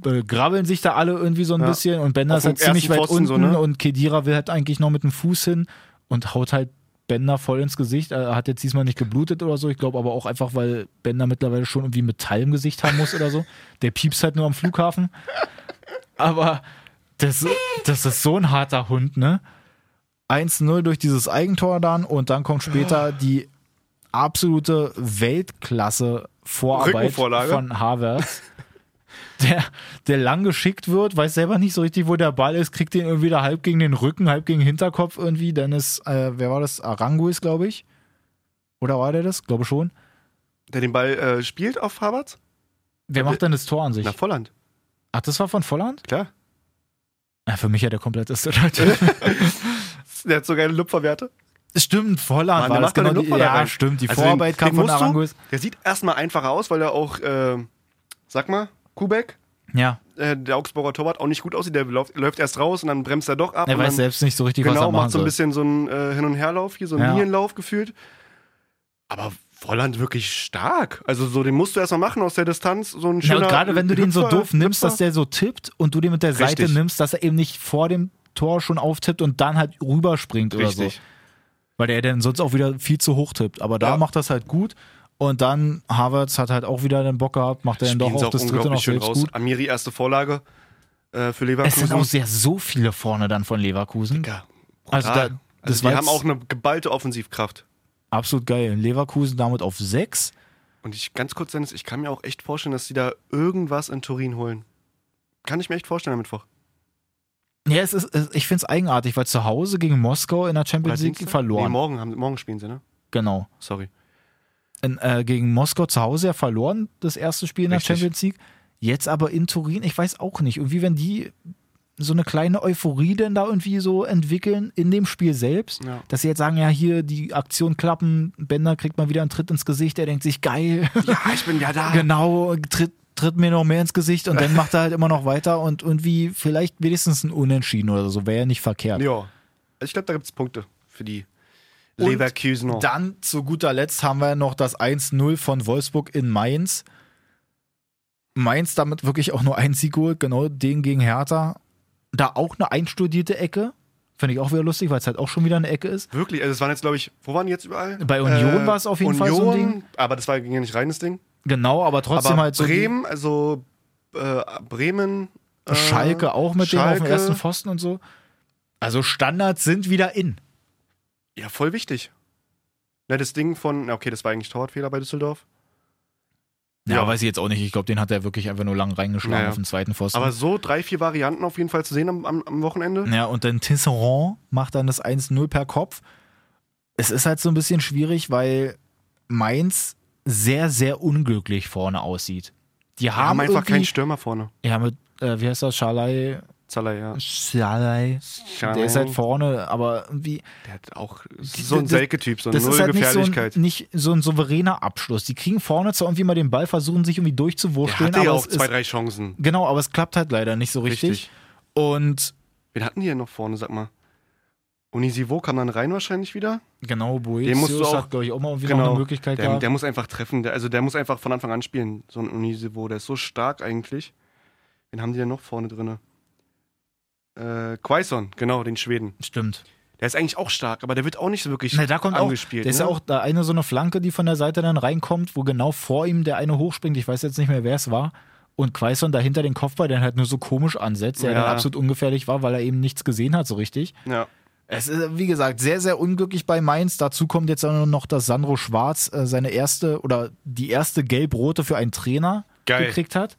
Speaker 2: äh, grabbeln sich da alle irgendwie so ein
Speaker 3: Ja.
Speaker 2: bisschen und Bender
Speaker 3: Auf
Speaker 2: ist halt
Speaker 3: dem ersten
Speaker 2: ziemlich weit unten
Speaker 3: Pfosten so, ne?
Speaker 2: und Kedira will halt eigentlich noch mit dem Fuß hin und haut halt Bender voll ins Gesicht. Er hat jetzt diesmal nicht geblutet oder so, ich glaube aber auch einfach, weil Bender mittlerweile schon irgendwie Metall im Gesicht haben muss oder so. Der piepst halt nur am Flughafen. Aber das, das ist so ein harter Hund, ne? 1-0 durch dieses Eigentor dann und dann kommt später die absolute Weltklasse Vorarbeit
Speaker 3: Rückenvorlage.
Speaker 2: von Havertz. <laughs> Der, der lang geschickt wird, weiß selber nicht so richtig, wo der Ball ist, kriegt den irgendwie da halb gegen den Rücken, halb gegen den Hinterkopf irgendwie. Dann ist, äh, wer war das? Aranguis, glaube ich. Oder war der das? Glaube schon.
Speaker 3: Der den Ball äh, spielt auf Harvards?
Speaker 2: Wer macht denn das Tor an sich?
Speaker 3: Also Na, Volland,
Speaker 2: Ach, das war von Volland?
Speaker 3: klar.
Speaker 2: Ja, für mich ja der kompletteste Leute.
Speaker 3: Der hat so geile Lupferwerte.
Speaker 2: stimmt, Volland
Speaker 3: Mann,
Speaker 2: war
Speaker 3: der
Speaker 2: das
Speaker 3: macht doch
Speaker 2: genau.
Speaker 3: den
Speaker 2: Die,
Speaker 3: Lupfer da
Speaker 2: ja,
Speaker 3: rein.
Speaker 2: stimmt. Die
Speaker 3: Also den-
Speaker 2: Vorarbeit kam
Speaker 3: den
Speaker 2: von
Speaker 3: musst du-
Speaker 2: Aranguis.
Speaker 3: Der sieht erstmal einfacher aus, weil er auch, ähm, sag mal, Kubek,
Speaker 2: Ja,
Speaker 3: äh, der Augsburger Torwart, auch nicht gut aussieht. Der läuft, läuft erst raus und dann bremst er doch ab.
Speaker 2: er
Speaker 3: und
Speaker 2: weiß
Speaker 3: dann,
Speaker 2: selbst nicht so richtig, was
Speaker 3: Genau,
Speaker 2: er machen
Speaker 3: macht so ein
Speaker 2: soll.
Speaker 3: bisschen so einen äh, Hin- und Herlauf hier, so einen
Speaker 2: Ja.
Speaker 3: Linienlauf gefühlt. Aber Volland wirklich stark. Also so, den musst du erstmal machen aus der Distanz. So ein
Speaker 2: Ja,
Speaker 3: schöner
Speaker 2: und gerade wenn du den so
Speaker 3: Hüpfer-
Speaker 2: doof nimmst, dass
Speaker 3: Hüpfer.
Speaker 2: der so tippt und du den mit der Seite
Speaker 3: Richtig.
Speaker 2: nimmst, dass er eben nicht vor dem Tor schon auftippt und dann halt rüberspringt oder so.
Speaker 3: Richtig.
Speaker 2: Weil der dann sonst auch wieder viel zu hoch tippt. Aber da
Speaker 3: Ja.
Speaker 2: macht das halt gut. Und dann Havertz hat halt auch wieder den Bock gehabt, macht er dann doch
Speaker 3: Spielen sie
Speaker 2: auch
Speaker 3: auch
Speaker 2: das dritte
Speaker 3: unglaublich
Speaker 2: noch
Speaker 3: schön
Speaker 2: selbst
Speaker 3: raus.
Speaker 2: gut.
Speaker 3: Amiri erste Vorlage äh, für
Speaker 2: Es sind
Speaker 3: Leverkusen.
Speaker 2: auch sehr so viele vorne dann von Leverkusen.
Speaker 3: ja,
Speaker 2: Also da-
Speaker 3: brutal.
Speaker 2: das
Speaker 3: also
Speaker 2: war
Speaker 3: die haben
Speaker 2: jetzt-
Speaker 3: auch eine geballte Offensivkraft.
Speaker 2: Absolut geil. Leverkusen damit auf sechs.
Speaker 3: Und ich ganz kurz, Dennis, ich kann mir auch echt vorstellen, dass die da irgendwas in Turin holen. Kann ich mir echt vorstellen am Mittwoch.
Speaker 2: Ja, es ist, es- ich finde es eigenartig, weil zu Hause gegen Moskau in der
Speaker 3: Oder
Speaker 2: Champions League
Speaker 3: Dienstag?
Speaker 2: verloren.
Speaker 3: Nee, morgen, haben, morgen spielen sie, ne?
Speaker 2: Genau.
Speaker 3: Sorry.
Speaker 2: In, äh, gegen Moskau zu Hause ja verloren, das erste Spiel in der
Speaker 3: Richtig.
Speaker 2: Champions League. Jetzt aber in Turin, ich weiß auch nicht. Irgendwie, wenn die so eine kleine Euphorie denn da irgendwie so entwickeln in dem Spiel selbst,
Speaker 3: Ja.
Speaker 2: dass sie jetzt sagen, ja, hier die Aktion klappen, Bender kriegt mal wieder einen Tritt ins Gesicht, er denkt sich, geil,
Speaker 3: Ja, ich bin ja da.
Speaker 2: <laughs> genau, tritt, tritt mir noch mehr ins Gesicht und dann macht er halt immer noch weiter und irgendwie vielleicht wenigstens ein Unentschieden oder so, wäre ja nicht verkehrt.
Speaker 3: Ja. Also ich glaube, da gibt es Punkte für die
Speaker 2: Und
Speaker 3: Leverkusener.
Speaker 2: Dann zu guter Letzt haben wir noch das 1-0 von Wolfsburg in Mainz. Mainz damit wirklich auch nur ein Sieg geholt, genau den gegen Hertha. Da auch eine einstudierte Ecke. Finde ich auch wieder lustig, weil es halt auch schon wieder eine Ecke ist.
Speaker 3: Wirklich, also es waren jetzt, glaube ich, wo waren die jetzt überall?
Speaker 2: Bei Union war es auf jeden Fall so ein
Speaker 3: Ding. Aber das war ging ja nicht rein, das Ding.
Speaker 2: Genau, aber trotzdem
Speaker 3: Aber
Speaker 2: halt so. die-
Speaker 3: Bremen, also äh, Bremen. Äh,
Speaker 2: Schalke auch mit dem auf dem
Speaker 3: Schalke.
Speaker 2: ersten Pfosten und so. Also Standards sind wieder in.
Speaker 3: Ja, voll wichtig. Na, das Ding von, na, okay, das war eigentlich Torwartfehler bei Düsseldorf.
Speaker 2: Ja,
Speaker 3: Ja.
Speaker 2: weiß ich jetzt auch nicht. Ich glaube, den hat er wirklich einfach nur lang reingeschlagen
Speaker 3: Naja.
Speaker 2: auf den zweiten Pfosten.
Speaker 3: Aber so drei, vier Varianten auf jeden Fall zu sehen am, am, am Wochenende.
Speaker 2: Ja, und dann Tisserand macht dann das 1-0 per Kopf. Es ist halt so ein bisschen schwierig, weil Mainz sehr, sehr unglücklich vorne aussieht. Die
Speaker 3: Wir
Speaker 2: haben,
Speaker 3: haben einfach
Speaker 2: irgendwie,
Speaker 3: keinen Stürmer vorne.
Speaker 2: Ja, mit, äh, wie heißt das? Schalai.
Speaker 3: Zaller, ja.
Speaker 2: Schalai. Der ist halt vorne, aber irgendwie.
Speaker 3: Der hat auch so ein
Speaker 2: Das-
Speaker 3: Selke-Typ, so eine
Speaker 2: Das
Speaker 3: Null
Speaker 2: ist halt nicht so, ein,
Speaker 3: Gefährlichkeit.
Speaker 2: nicht so ein souveräner Abschluss. Die kriegen vorne zwar irgendwie mal den Ball, versuchen sich irgendwie
Speaker 3: der
Speaker 2: durchzuwurschteln,
Speaker 3: hatte ja
Speaker 2: aber
Speaker 3: auch
Speaker 2: es
Speaker 3: zwei,
Speaker 2: ist,
Speaker 3: drei Chancen.
Speaker 2: genau, aber es klappt halt leider nicht so richtig.
Speaker 3: Richtig.
Speaker 2: Und
Speaker 3: Wen hatten die denn noch vorne, sag mal? Unisivo kam dann rein wahrscheinlich wieder.
Speaker 2: genau,
Speaker 3: Den musst du
Speaker 2: Boetius
Speaker 3: auch- genau.
Speaker 2: hat, glaube ich, auch mal irgendwie noch eine Möglichkeit
Speaker 3: der,
Speaker 2: gehabt.
Speaker 3: der muss einfach treffen. Der, also der muss einfach von Anfang an spielen. So ein Unisivo, der ist so stark eigentlich. Wen haben die denn noch vorne drin? Äh, Quaison, genau, den Schweden.
Speaker 2: Stimmt.
Speaker 3: Der ist eigentlich auch stark, aber der wird auch nicht so wirklich
Speaker 2: Na, da kommt auch,
Speaker 3: angespielt.
Speaker 2: der ist
Speaker 3: ne?
Speaker 2: ja auch da eine so eine Flanke, die von der Seite dann reinkommt, wo genau vor ihm der eine hochspringt. Ich weiß jetzt nicht mehr, wer es war. Und Quaison dahinter den Kopfball, der halt nur so komisch ansetzt, der
Speaker 3: Ja.
Speaker 2: dann absolut ungefährlich war, weil er eben nichts gesehen hat so richtig.
Speaker 3: ja.
Speaker 2: Es ist, wie gesagt, sehr, sehr unglücklich bei Mainz. Dazu kommt jetzt auch noch, dass Sandro Schwarz äh, seine erste oder die erste gelb-rote für einen Trainer
Speaker 3: Geil.
Speaker 2: gekriegt hat.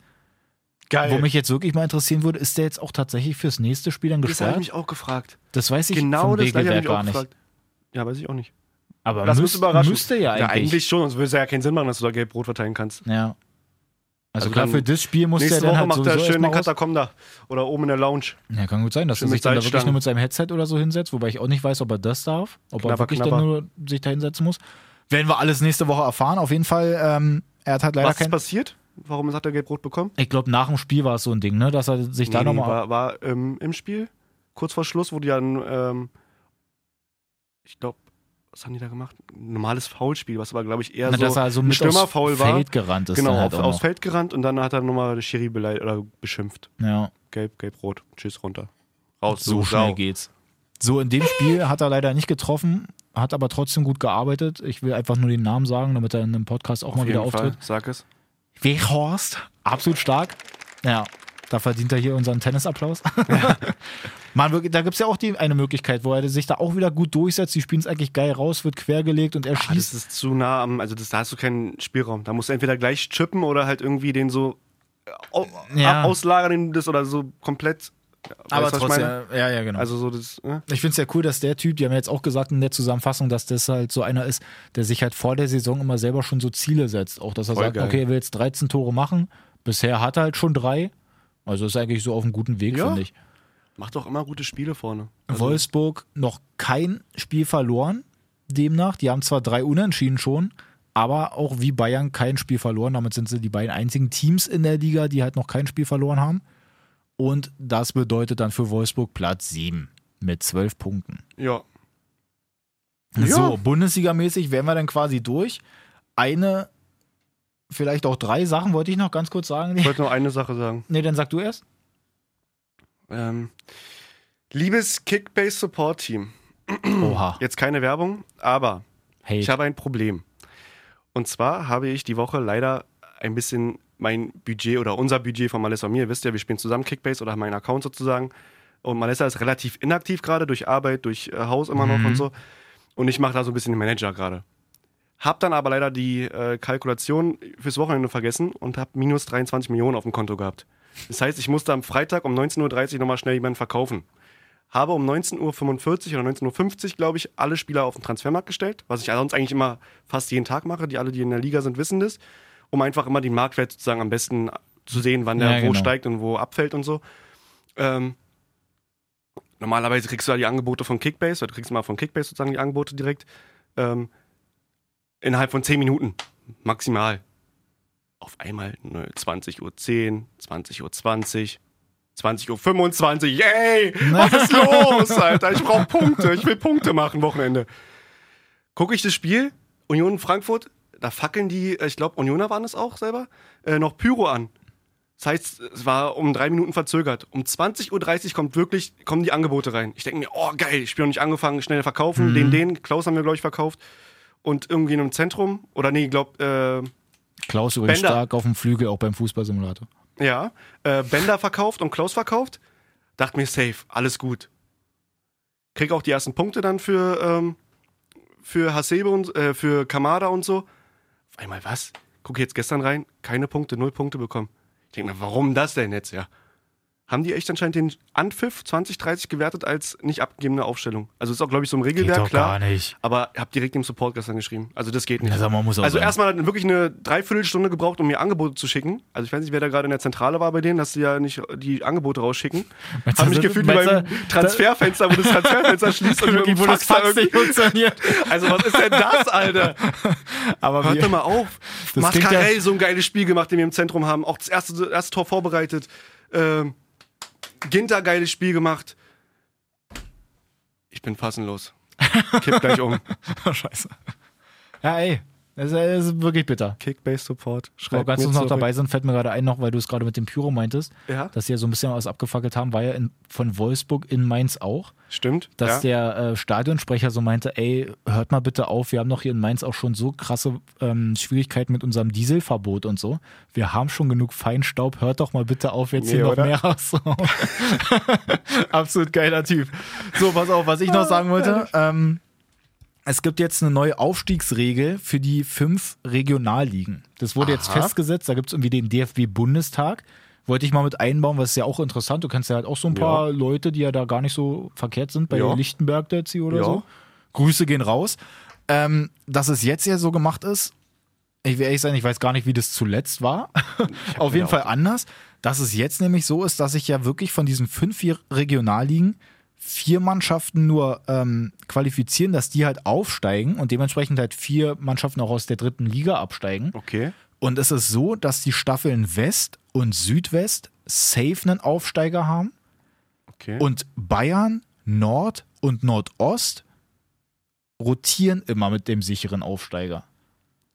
Speaker 3: Geil.
Speaker 2: Wo mich jetzt wirklich mal interessieren würde, ist der jetzt auch tatsächlich fürs nächste Spiel dann
Speaker 3: das habe ich
Speaker 2: gesperrt?
Speaker 3: mich auch gefragt.
Speaker 2: Das weiß ich
Speaker 3: Genau
Speaker 2: vom
Speaker 3: das gleiche habe ich
Speaker 2: Regelwerk
Speaker 3: mich auch
Speaker 2: gar nicht.
Speaker 3: gefragt. Ja, weiß ich auch nicht.
Speaker 2: Aber
Speaker 3: Das
Speaker 2: müß,
Speaker 3: ist überraschend.
Speaker 2: müsste ja
Speaker 3: Ja, eigentlich schon, sonst würde es ja keinen Sinn machen, dass du da gelb-rot verteilen kannst.
Speaker 2: Ja. Also,
Speaker 3: Also
Speaker 2: klar,
Speaker 3: dann-
Speaker 2: für das Spiel muss der
Speaker 3: Nächste
Speaker 2: dann
Speaker 3: Woche
Speaker 2: halt
Speaker 3: macht er
Speaker 2: sowieso
Speaker 3: schön in
Speaker 2: erstmal
Speaker 3: den
Speaker 2: raus.
Speaker 3: Katakomben da. Oder oben in der Lounge.
Speaker 2: Ja, kann gut sein, dass er
Speaker 3: Schön
Speaker 2: sich
Speaker 3: mit
Speaker 2: dann da wirklich nur
Speaker 3: Salzstangen.
Speaker 2: mit seinem Headset oder so hinsetzt, wobei ich auch nicht weiß, ob er das darf, ob er
Speaker 3: Knapper,
Speaker 2: wirklich
Speaker 3: knapper.
Speaker 2: dann nur sich da hinsetzen muss. Werden wir alles nächste Woche erfahren. Auf jeden Fall, ähm, er hat halt leider
Speaker 3: Was ist
Speaker 2: kein.
Speaker 3: passiert? Warum hat er gelb-rot bekommen?
Speaker 2: Ich glaube, nach dem Spiel war es so ein Ding, ne? Dass er sich da
Speaker 3: Nee, nee,
Speaker 2: nochmal.
Speaker 3: war war ähm, im Spiel, kurz vor Schluss, wo die dann, ähm, ich glaube, was haben die da gemacht? Ein normales Foulspiel, was aber, glaube ich, eher
Speaker 2: Na,
Speaker 3: so
Speaker 2: dass er so
Speaker 3: ein
Speaker 2: mit aufs
Speaker 3: Stürmerfoul war.
Speaker 2: Feld gerannt ist.
Speaker 3: genau,
Speaker 2: dann halt
Speaker 3: auf,
Speaker 2: auch
Speaker 3: aufs
Speaker 2: noch.
Speaker 3: Feld gerannt und dann hat er nochmal Schiri beleidigt oder beschimpft.
Speaker 2: Ja.
Speaker 3: Gelb, gelb, rot. Tschüss, runter. Raus,
Speaker 2: So
Speaker 3: du
Speaker 2: schnell
Speaker 3: Sau.
Speaker 2: geht's. So, in dem Spiel hat er leider nicht getroffen, hat aber trotzdem gut gearbeitet. Ich will einfach nur den Namen sagen, damit er in einem Podcast auch mal
Speaker 3: Auf
Speaker 2: wieder
Speaker 3: jeden
Speaker 2: auftritt.
Speaker 3: Fall, sag es.
Speaker 2: Wehorst. Absolut stark. Ja, da verdient er hier unseren
Speaker 3: <laughs>
Speaker 2: Tennisapplaus. Man, wirklich, da gibt es ja auch die, eine Möglichkeit, wo er sich da auch wieder gut durchsetzt. Die spielen es eigentlich geil raus, wird quergelegt und er
Speaker 3: Ah, das
Speaker 2: schießt.
Speaker 3: ist zu nah am, also das, da hast du keinen Spielraum. Da musst du entweder gleich chippen oder halt irgendwie den so äh, au,
Speaker 2: Ja.
Speaker 3: auslagern den das oder so komplett. Weißt du, was ich meine?
Speaker 2: ja, ja, genau.
Speaker 3: Also so das, ne?
Speaker 2: ich finde es ja cool, dass der Typ, die haben jetzt auch gesagt in der Zusammenfassung, dass das halt so einer ist, der sich halt vor der Saison immer selber schon so Ziele setzt. Auch, dass er
Speaker 3: Voll
Speaker 2: sagt,
Speaker 3: geil.
Speaker 2: okay, er will jetzt 13 Tore machen. Bisher hat er halt schon drei. Also ist eigentlich so auf einem guten Weg,
Speaker 3: Ja.
Speaker 2: finde ich.
Speaker 3: Macht doch immer gute Spiele vorne. Also,
Speaker 2: Wolfsburg noch kein Spiel verloren, demnach. Die haben zwar drei Unentschieden schon, aber auch wie Bayern kein Spiel verloren. Damit sind sie die beiden einzigen Teams in der Liga, die halt noch kein Spiel verloren haben. Und das bedeutet dann für Wolfsburg Platz 7 mit 12 Punkten.
Speaker 3: Ja.
Speaker 2: So, Bundesligamäßig wären wir dann quasi durch. Eine, vielleicht auch drei Sachen wollte ich noch ganz kurz sagen.
Speaker 3: <laughs> Ich wollte nur eine Sache sagen.
Speaker 2: Nee, dann sag du erst.
Speaker 3: Ähm, liebes Kickbase Support Team,
Speaker 2: Oha.
Speaker 3: jetzt keine Werbung, aber
Speaker 2: Hey.
Speaker 3: ich habe ein Problem. Und zwar habe ich die Woche leider ein bisschen mein Budget oder unser Budget von Malessa und mir, wisst ihr, wir spielen zusammen Kickbase oder haben einen Account sozusagen. Und Malessa ist relativ inaktiv gerade durch Arbeit, durch äh, Haus immer noch und so. Und ich mache da so ein bisschen den Manager gerade. Hab dann aber leider die äh, Kalkulation fürs Wochenende vergessen und hab minus 23 Millionen auf dem Konto gehabt. Das heißt, ich musste am Freitag um 19.30 Uhr nochmal schnell jemanden verkaufen. habe um 19.45 Uhr oder 19.50 Uhr, glaube ich, alle Spieler auf den Transfermarkt gestellt, was ich sonst eigentlich immer fast jeden Tag mache. Die alle, die in der Liga sind, wissen das, um einfach immer den Marktwert sozusagen am besten zu sehen, wann der
Speaker 2: Ja,
Speaker 3: wo
Speaker 2: genau.
Speaker 3: steigt und wo abfällt und so. Ähm, normalerweise kriegst du ja die Angebote von Kickbase, oder du kriegst mal von Kickbase sozusagen die Angebote direkt ähm, innerhalb von 10 Minuten maximal. Auf einmal 20.10 Uhr, 20.20 Uhr, 20.25 Uhr, yay! Was ist los, Alter? Ich brauche Punkte, ich will Punkte machen Wochenende. Gucke ich das Spiel, Union Frankfurt, da fackeln die, äh, ich glaube, Unioner waren es auch selber, äh, noch Pyro an. Das heißt, es war um drei Minuten verzögert. Um 20.30 Uhr kommt wirklich, kommen die Angebote rein. Ich denke mir, oh geil, ich bin noch nicht angefangen, schnell verkaufen, den, den, Klaus haben wir, glaube ich, verkauft. Und irgendwie in einem Zentrum, oder nee, ich glaube, äh,
Speaker 2: Klaus übrigens
Speaker 3: Bender.
Speaker 2: stark auf dem Flügel, auch beim Fußballsimulator.
Speaker 3: Ja, äh, Bender verkauft und Klaus verkauft. Dachte mir, safe, alles gut. Krieg auch die ersten Punkte dann für, ähm, für Hasebe und äh, für Kamada und so. Auf einmal was? Guck jetzt gestern rein, keine Punkte, null Punkte bekommen. Ich denke mir, warum das denn jetzt, ja? Haben die echt anscheinend den Anpfiff 2030 gewertet als nicht abgegebene Aufstellung? Also ist auch, glaube ich, so im Regelwerk, klar.
Speaker 2: nicht.
Speaker 3: Aber hab direkt dem Support gestern geschrieben. Also das geht nicht.
Speaker 2: Ja, sag mal, muss auch
Speaker 3: Also
Speaker 2: sein.
Speaker 3: erstmal hat wirklich eine Dreiviertelstunde gebraucht, um mir Angebote zu schicken. Also ich weiß nicht, wer da gerade in der Zentrale war bei denen, dass sie ja nicht die Angebote rausschicken.
Speaker 2: <laughs> Meinst du,
Speaker 3: Hab mich
Speaker 2: das-
Speaker 3: gefühlt wie
Speaker 2: meinst
Speaker 3: beim
Speaker 2: du,
Speaker 3: Transferfenster, wo das
Speaker 2: <laughs>
Speaker 3: Transferfenster schließt und
Speaker 2: Wirklich,
Speaker 3: irgendwie
Speaker 2: wo das
Speaker 3: Fax da
Speaker 2: Fax nicht
Speaker 3: irgendwie.
Speaker 2: funktioniert.
Speaker 3: Also was ist denn
Speaker 2: <laughs>
Speaker 3: das, Alter?
Speaker 2: Aber
Speaker 3: Hört
Speaker 2: wir,
Speaker 3: doch mal auf.
Speaker 2: Das klingt ja-
Speaker 3: Mascarell, so ein geiles Spiel gemacht, den wir im Zentrum haben. Auch das erste, das erste Tor vorbereitet. Ähm, Ginter, geiles Spiel gemacht. Ich bin fassenlos. Kipp gleich
Speaker 2: <laughs>
Speaker 3: um.
Speaker 2: Scheiße. Ja, ey. Das ist, das ist wirklich bitter.
Speaker 3: Kickbase-Support.
Speaker 2: Wo ganz uns noch dabei sind, fällt mir gerade ein, noch, weil du es gerade mit dem Pyro meintest,
Speaker 3: Ja.
Speaker 2: dass sie ja so ein bisschen was abgefackelt haben, war ja in, von Wolfsburg in Mainz auch,
Speaker 3: Stimmt.
Speaker 2: dass
Speaker 3: ja.
Speaker 2: der äh, Stadionsprecher so meinte, ey, hört mal bitte auf, wir haben doch hier in Mainz auch schon so krasse ähm, Schwierigkeiten mit unserem Dieselverbot und so. Wir haben schon genug Feinstaub, hört doch mal bitte auf, jetzt
Speaker 3: Nee,
Speaker 2: hier noch
Speaker 3: oder?
Speaker 2: mehr <laughs> rauszuhauen. Absolut geiler Typ. So, pass auf, was ich noch sagen wollte. Ähm, es gibt jetzt eine neue Aufstiegsregel für die fünf Regionalligen. Das wurde jetzt
Speaker 3: Aha.
Speaker 2: festgesetzt. Da gibt es irgendwie den DFB-Bundestag. Wollte ich mal mit einbauen, was ist ja auch interessant. Du kennst ja halt auch so ein paar Leute, die ja da gar nicht so verkehrt sind, bei
Speaker 3: Ja.
Speaker 2: Lichtenberg der Ziel oder
Speaker 3: Ja.
Speaker 2: so. Grüße gehen raus. Ähm, dass es jetzt ja so gemacht ist, ich will ehrlich sein, ich weiß gar nicht, wie das zuletzt war. <laughs> Auf jeden
Speaker 3: auch-
Speaker 2: Fall anders. Dass es jetzt nämlich so ist, dass ich ja wirklich von diesen fünf vier Regionalligen vier Mannschaften nur ähm, qualifizieren, dass die halt aufsteigen und dementsprechend halt vier Mannschaften auch aus der dritten Liga absteigen.
Speaker 3: Okay.
Speaker 2: Und es ist so, dass die Staffeln West und Südwest safe einen Aufsteiger haben
Speaker 3: Okay.
Speaker 2: und Bayern, Nord und Nordost rotieren immer mit dem sicheren Aufsteiger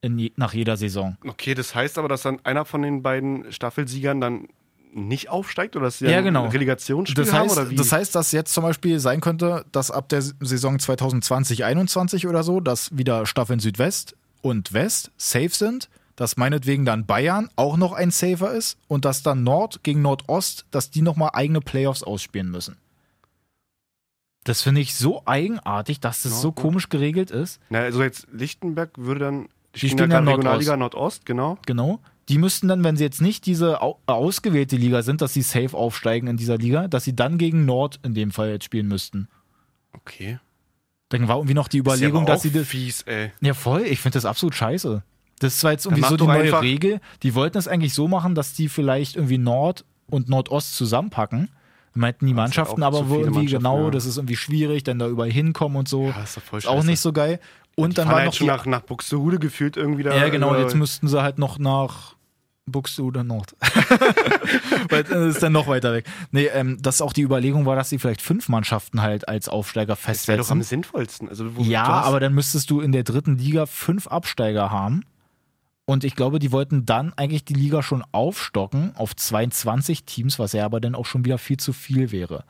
Speaker 2: in je, nach jeder Saison.
Speaker 3: okay, das heißt aber, dass dann einer von den beiden Staffelsiegern dann nicht aufsteigt oder dass sie
Speaker 2: Ja,
Speaker 3: dann
Speaker 2: genau.
Speaker 3: ein Relegationsspiel
Speaker 2: Das
Speaker 3: haben
Speaker 2: heißt,
Speaker 3: oder wie?
Speaker 2: das heißt, dass jetzt zum Beispiel sein könnte, dass ab der Saison 2020-21 oder so, dass wieder Staffeln Südwest und West safe sind, dass meinetwegen dann Bayern auch noch ein Safer ist und dass dann Nord gegen Nordost, dass die nochmal eigene Playoffs ausspielen müssen. Das finde ich so eigenartig, dass das so
Speaker 3: Nord, Nord.
Speaker 2: komisch geregelt ist.
Speaker 3: Na, also jetzt Lichtenberg würde dann
Speaker 2: Die spielen ja
Speaker 3: gerade
Speaker 2: Nordost.
Speaker 3: Regionalliga Nordost, genau.
Speaker 2: Genau. Die müssten dann, wenn sie jetzt nicht diese au- ausgewählte Liga sind, dass sie safe aufsteigen in dieser Liga, dass sie dann gegen Nord in dem Fall jetzt spielen müssten.
Speaker 3: Okay.
Speaker 2: Dann war irgendwie noch die
Speaker 3: Ist ja
Speaker 2: Überlegung,
Speaker 3: aber
Speaker 2: dass
Speaker 3: auch
Speaker 2: sie das.
Speaker 3: fies, ey.
Speaker 2: Ja, voll. Ich finde das absolut scheiße. Das ist zwar jetzt irgendwie
Speaker 3: mach
Speaker 2: so die
Speaker 3: doch
Speaker 2: neue
Speaker 3: einfach-
Speaker 2: Regel. Die wollten es eigentlich so machen, dass die vielleicht irgendwie Nord und Nordost zusammenpacken. Meinten die Mannschaften
Speaker 3: auch
Speaker 2: aber
Speaker 3: zu
Speaker 2: wo
Speaker 3: viele
Speaker 2: irgendwie
Speaker 3: Mannschaften,
Speaker 2: genau,
Speaker 3: ja.
Speaker 2: das ist irgendwie schwierig, dann da überall hinkommen und so.
Speaker 3: Ja, ist doch
Speaker 2: Oh,
Speaker 3: voll
Speaker 2: ist auch
Speaker 3: scheiße.
Speaker 2: nicht so geil. Und dann
Speaker 3: Fahren
Speaker 2: war
Speaker 3: halt
Speaker 2: noch
Speaker 3: schon
Speaker 2: die,
Speaker 3: nach, nach Buxtehude gefühlt irgendwie da. äh,
Speaker 2: ja, genau,
Speaker 3: über-
Speaker 2: jetzt müssten sie halt noch nach Buxtehude Nord. <laughs> Weil das ist dann noch weiter weg. Nee, ähm, dass auch die Überlegung war, dass sie vielleicht fünf Mannschaften halt als Aufsteiger
Speaker 3: Das wäre doch
Speaker 2: festsetzen.
Speaker 3: am sinnvollsten. Also, wo
Speaker 2: Ja,
Speaker 3: du hast-
Speaker 2: aber dann müsstest du in der dritten Liga fünf Absteiger haben. Und ich glaube, die wollten dann eigentlich die Liga schon aufstocken auf 22 Teams, was ja aber dann auch schon wieder viel zu viel wäre.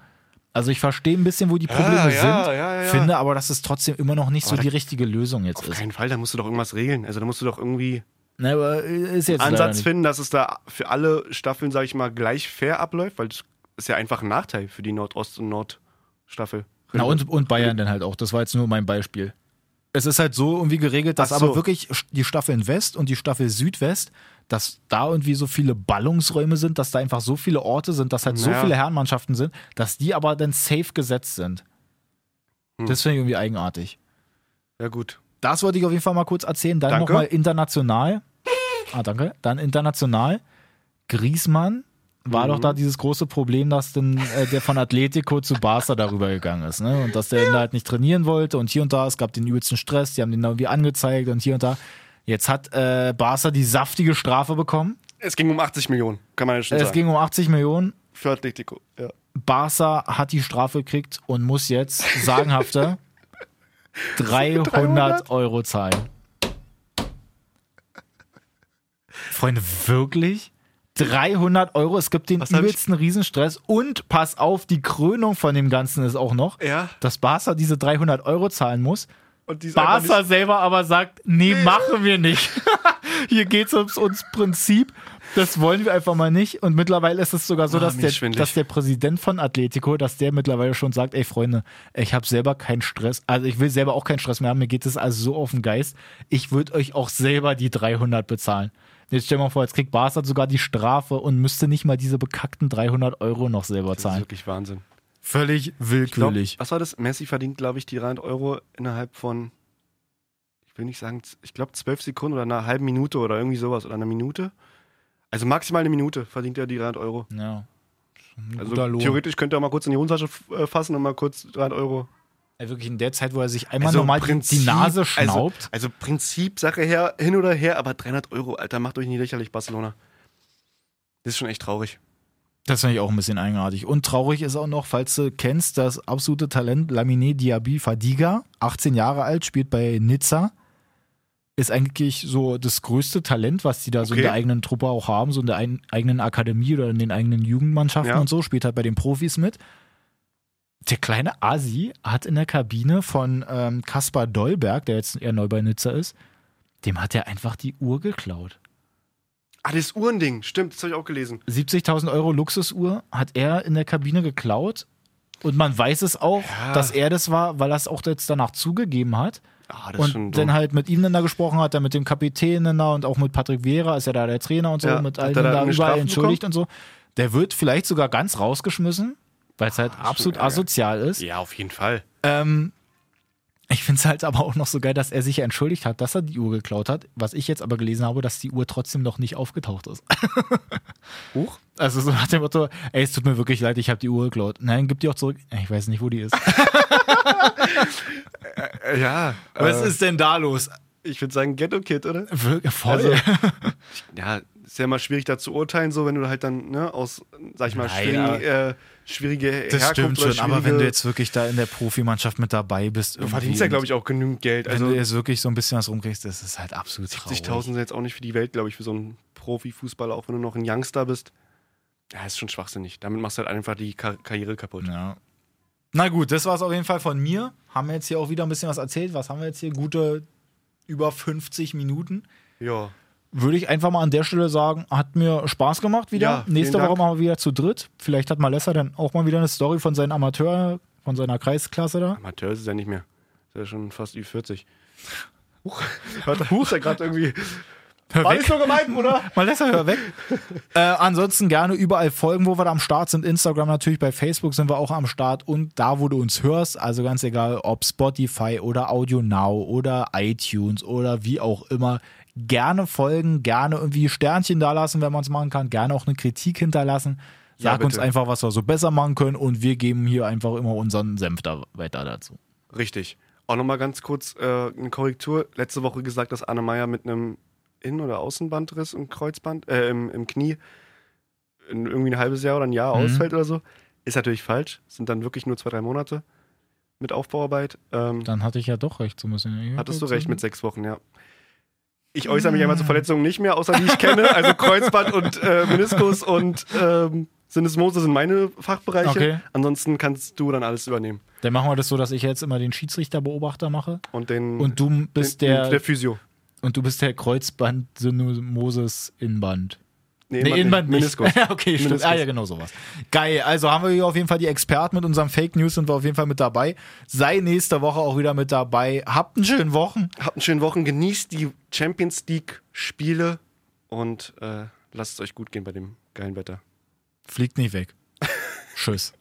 Speaker 2: Also ich verstehe ein bisschen, wo die Probleme
Speaker 3: ja,
Speaker 2: sind,
Speaker 3: Ah, ja, ja, ja.
Speaker 2: finde aber, dass es trotzdem immer noch nicht
Speaker 3: Aber
Speaker 2: so
Speaker 3: da-
Speaker 2: die richtige Lösung jetzt
Speaker 3: Auf
Speaker 2: ist.
Speaker 3: keinen Fall, da musst du doch irgendwas regeln. Also, da musst du doch irgendwie
Speaker 2: Na, aber äh, ist jetzt leider
Speaker 3: Ansatz
Speaker 2: nicht.
Speaker 3: finden, dass es da für alle Staffeln, sage ich mal, gleich fair abläuft, weil das ist ja einfach ein Nachteil für die Nordost- und Nordstaffel.
Speaker 2: Na und, und Bayern dann halt auch. Das war jetzt nur mein Beispiel. Es ist halt so irgendwie geregelt, dass
Speaker 3: Ach so.
Speaker 2: aber wirklich die Staffeln West und die Staffel Südwest, dass da irgendwie so viele Ballungsräume sind, dass da einfach so viele Orte sind, dass halt so
Speaker 3: Ja.
Speaker 2: viele Herrenmannschaften sind, dass die aber dann safe gesetzt sind. Das finde ich irgendwie eigenartig.
Speaker 3: Ja, gut.
Speaker 2: Das wollte ich auf jeden Fall mal kurz erzählen. Dann
Speaker 3: Danke.
Speaker 2: nochmal international. Ah, danke. Dann international. Griesmann war doch
Speaker 3: Mhm.
Speaker 2: da dieses große Problem, dass denn, äh, der von Atletico zu Barca darüber gegangen ist. Ne? Und dass der dann halt nicht trainieren wollte und hier und da. Es gab den übelsten Stress. Die haben den da irgendwie angezeigt und hier und da. Jetzt hat äh, Barca die saftige Strafe bekommen.
Speaker 3: Es ging um 80 Millionen, kann man ja schon
Speaker 2: Es
Speaker 3: sagen.
Speaker 2: ging um 80 Millionen.
Speaker 3: Für Atletico, ja.
Speaker 2: Barca hat die Strafe gekriegt und muss jetzt
Speaker 3: <laughs>
Speaker 2: sagenhafte 300
Speaker 3: 300?
Speaker 2: Euro zahlen. Freunde, wirklich? 300 Euro, es gibt den
Speaker 3: Was hab ich-
Speaker 2: übelsten Riesenstress und pass auf, die Krönung von dem Ganzen ist auch noch,
Speaker 3: Ja.
Speaker 2: dass Barca diese 300 Euro zahlen muss.
Speaker 3: Und die ist einfach
Speaker 2: Barca selber aber sagt, nee, machen wir nicht. <laughs> Hier geht's ums, ums Prinzip. Das wollen wir einfach mal nicht. Und mittlerweile ist es sogar so,
Speaker 3: Ah,
Speaker 2: dass,
Speaker 3: mir
Speaker 2: der,
Speaker 3: ist schwindelig.
Speaker 2: dass der Präsident von Atletico, dass der mittlerweile schon sagt, ey Freunde, ich habe selber keinen Stress. Also ich will selber auch keinen Stress mehr haben. Mir geht es also so auf den Geist. Ich würde euch auch selber die 300 bezahlen. Jetzt stell dir mal vor, jetzt kriegt Barca sogar die Strafe und müsste nicht mal diese bekackten 300 Euro noch selber
Speaker 3: Das ist
Speaker 2: zahlen.
Speaker 3: wirklich Wahnsinn.
Speaker 2: Völlig
Speaker 3: glaub,
Speaker 2: willkürlich.
Speaker 3: was war das? Messi verdient, glaube ich, die 300 Euro innerhalb von, ich will nicht sagen, z- ich glaube 12 Sekunden oder einer halben Minute oder irgendwie sowas oder einer Minute. Also maximal eine Minute verdient er die 300 Euro.
Speaker 2: ja. Ein
Speaker 3: Also
Speaker 2: guter Lohn.
Speaker 3: theoretisch könnte er mal kurz in die Hosentasche f- äh, fassen und mal kurz 300 Euro.
Speaker 2: Ja, Äh, wirklich in der Zeit, wo er sich einmal
Speaker 3: Also
Speaker 2: normal die- die
Speaker 3: Prinzip-
Speaker 2: Nase
Speaker 3: also-
Speaker 2: schnaubt.
Speaker 3: Also Prinzip, Sache her, hin oder her, aber 300 Euro, Alter, macht euch nicht lächerlich, Barcelona. Das ist schon echt traurig.
Speaker 2: das finde ich auch ein bisschen eigenartig. Und traurig ist auch noch, falls du kennst, das absolute Talent Lamine Diaby Fadiga, 18 Jahre alt, spielt bei Nizza. Ist eigentlich so das größte Talent, was die da so in
Speaker 3: Okay.
Speaker 2: der eigenen Truppe auch haben, so in der ein, eigenen Akademie oder in den eigenen Jugendmannschaften
Speaker 3: Ja.
Speaker 2: und so, spielt halt bei den Profis mit. Der kleine Asi hat in der Kabine von ähm, Kaspar Dolberg, der jetzt eher neu bei Nizza ist, dem hat er einfach die Uhr geklaut.
Speaker 3: Ah, das Uhrending, stimmt, das habe ich auch gelesen.
Speaker 2: 70.000 Euro Luxusuhr hat er in der Kabine geklaut. Und man weiß es auch,
Speaker 3: Ja.
Speaker 2: dass er das war, weil er es auch jetzt danach zugegeben hat.
Speaker 3: Ah,
Speaker 2: Und dann
Speaker 3: dumm.
Speaker 2: halt mit ihm dann da gesprochen hat, dann mit dem Kapitän dann da und auch mit Patrick Vera, ist ja da der Trainer und so,
Speaker 3: Ja,
Speaker 2: mit
Speaker 3: hat
Speaker 2: allen
Speaker 3: er da
Speaker 2: da
Speaker 3: eine
Speaker 2: überall
Speaker 3: Strafe
Speaker 2: entschuldigt und so. Der wird vielleicht sogar ganz rausgeschmissen, weil es halt absolut
Speaker 3: Ärger.
Speaker 2: asozial ist.
Speaker 3: Ja, auf jeden Fall.
Speaker 2: Ähm, ich finde es halt aber auch noch so geil, dass er sich ja entschuldigt hat, dass er die Uhr geklaut hat. Was ich jetzt aber gelesen habe, dass die Uhr trotzdem noch nicht aufgetaucht ist. <laughs>
Speaker 3: Huch.
Speaker 2: Also so nach dem Motto, ey, es tut mir wirklich leid, ich habe die Uhr geklaut. Nein, gib die auch zurück. Ich weiß nicht, wo die ist.
Speaker 3: Äh, ja. äh,
Speaker 2: ist denn da los?
Speaker 3: Ich würde sagen, Ghetto Kid, oder?
Speaker 2: Wirklich, voll.
Speaker 3: Also, ja, ist ja immer schwierig da zu urteilen, so wenn du halt dann ne, aus, sag ich mal,
Speaker 2: Nein,
Speaker 3: schwierigen,
Speaker 2: aber-
Speaker 3: äh, schwierige
Speaker 2: <laughs> das
Speaker 3: Herkunft
Speaker 2: stimmt
Speaker 3: oder
Speaker 2: schon, aber wenn
Speaker 3: schwierige-
Speaker 2: du jetzt wirklich da in der Profimannschaft mit dabei bist,
Speaker 3: Du verdienst ja, glaube ich, auch genügend Geld.
Speaker 2: wenn
Speaker 3: Also
Speaker 2: du jetzt wirklich so ein bisschen was rumkriegst, das ist halt absolut traurig.
Speaker 3: 70.000 sind jetzt auch nicht für die Welt, glaube ich, für so einen Profifußballer, auch wenn du noch ein Youngster bist. Ja, ist schon schwachsinnig. Damit machst du halt einfach die Ka Karriere kaputt.
Speaker 2: Ja. Na gut, das war es auf jeden Fall von mir. Haben wir jetzt hier auch wieder ein bisschen was erzählt. Was haben wir jetzt hier? Gute über 50 Minuten.
Speaker 3: Ja.
Speaker 2: würde ich einfach mal an der Stelle sagen, hat mir Spaß gemacht wieder.
Speaker 3: Ja, vielen
Speaker 2: Nächste Woche
Speaker 3: Dank.
Speaker 2: machen wir wieder zu dritt. Vielleicht hat Malessa dann auch mal wieder eine Story von seinen Amateur, von seiner Kreisklasse da.
Speaker 3: Amateur ist er nicht mehr. Ist ja schon fast Ü40.
Speaker 2: <laughs>
Speaker 3: Huch. Hört, ist ja gerade irgendwie.
Speaker 2: Hör
Speaker 3: War nicht so gemeint,
Speaker 2: <laughs>
Speaker 3: oder?
Speaker 2: Malessa, hör
Speaker 3: <laughs>
Speaker 2: weg. äh, ansonsten gerne überall folgen, wo wir da am Start sind. Instagram natürlich, bei Facebook sind wir auch am Start und da, wo du uns hörst, also ganz egal, ob Spotify oder Audio Now oder iTunes oder wie auch immer, gerne folgen, gerne irgendwie Sternchen da lassen, wenn man es machen kann, gerne auch eine Kritik hinterlassen.
Speaker 3: Ja,
Speaker 2: Sag uns
Speaker 3: bitte.
Speaker 2: einfach, was wir so besser machen können und wir geben hier einfach immer unseren Senf da weiter dazu.
Speaker 3: Richtig. Auch nochmal ganz kurz äh, eine Korrektur. Letzte Woche gesagt, dass Anne Meyer mit einem Innen- oder Außenbandriss im Kreuzband, äh, im, im Knie in irgendwie ein halbes Jahr oder ein Jahr
Speaker 2: Mhm.
Speaker 3: ausfällt oder so. Ist natürlich falsch. Sind dann wirklich nur zwei, drei Monate mit Aufbauarbeit. Ähm,
Speaker 2: Dann hatte ich ja doch recht, so ein bisschen.
Speaker 3: hattest du recht mit sechs Wochen, ja. Ich äußere mich einmal
Speaker 2: Hm.
Speaker 3: zu Verletzungen nicht mehr, außer die ich kenne. Also Kreuzband und äh, Meniskus und ähm, Syndesmose sind meine Fachbereiche.
Speaker 2: Okay.
Speaker 3: Ansonsten kannst du dann alles übernehmen.
Speaker 2: Dann machen wir das so, dass ich jetzt immer den Schiedsrichterbeobachter mache.
Speaker 3: Und den.
Speaker 2: Und du bist
Speaker 3: den,
Speaker 2: der,
Speaker 3: der Physio.
Speaker 2: und du bist der Kreuzband Synomosis Inband.
Speaker 3: Nee,
Speaker 2: Nee, Innenband nicht.
Speaker 3: Meniskus.
Speaker 2: <laughs> okay, stimmt. Ah ja, genau sowas. Geil, also haben wir hier auf jeden Fall die Experten mit unserem Fake News sind wir auf jeden Fall mit dabei. Sei nächste Woche auch wieder mit dabei. Habt einen schönen Wochen.
Speaker 3: Habt einen schönen Wochen, genießt die Champions League-Spiele und äh, lasst es euch gut <laughs> gehen bei dem geilen Wetter.
Speaker 2: Fliegt nicht weg. Tschüss.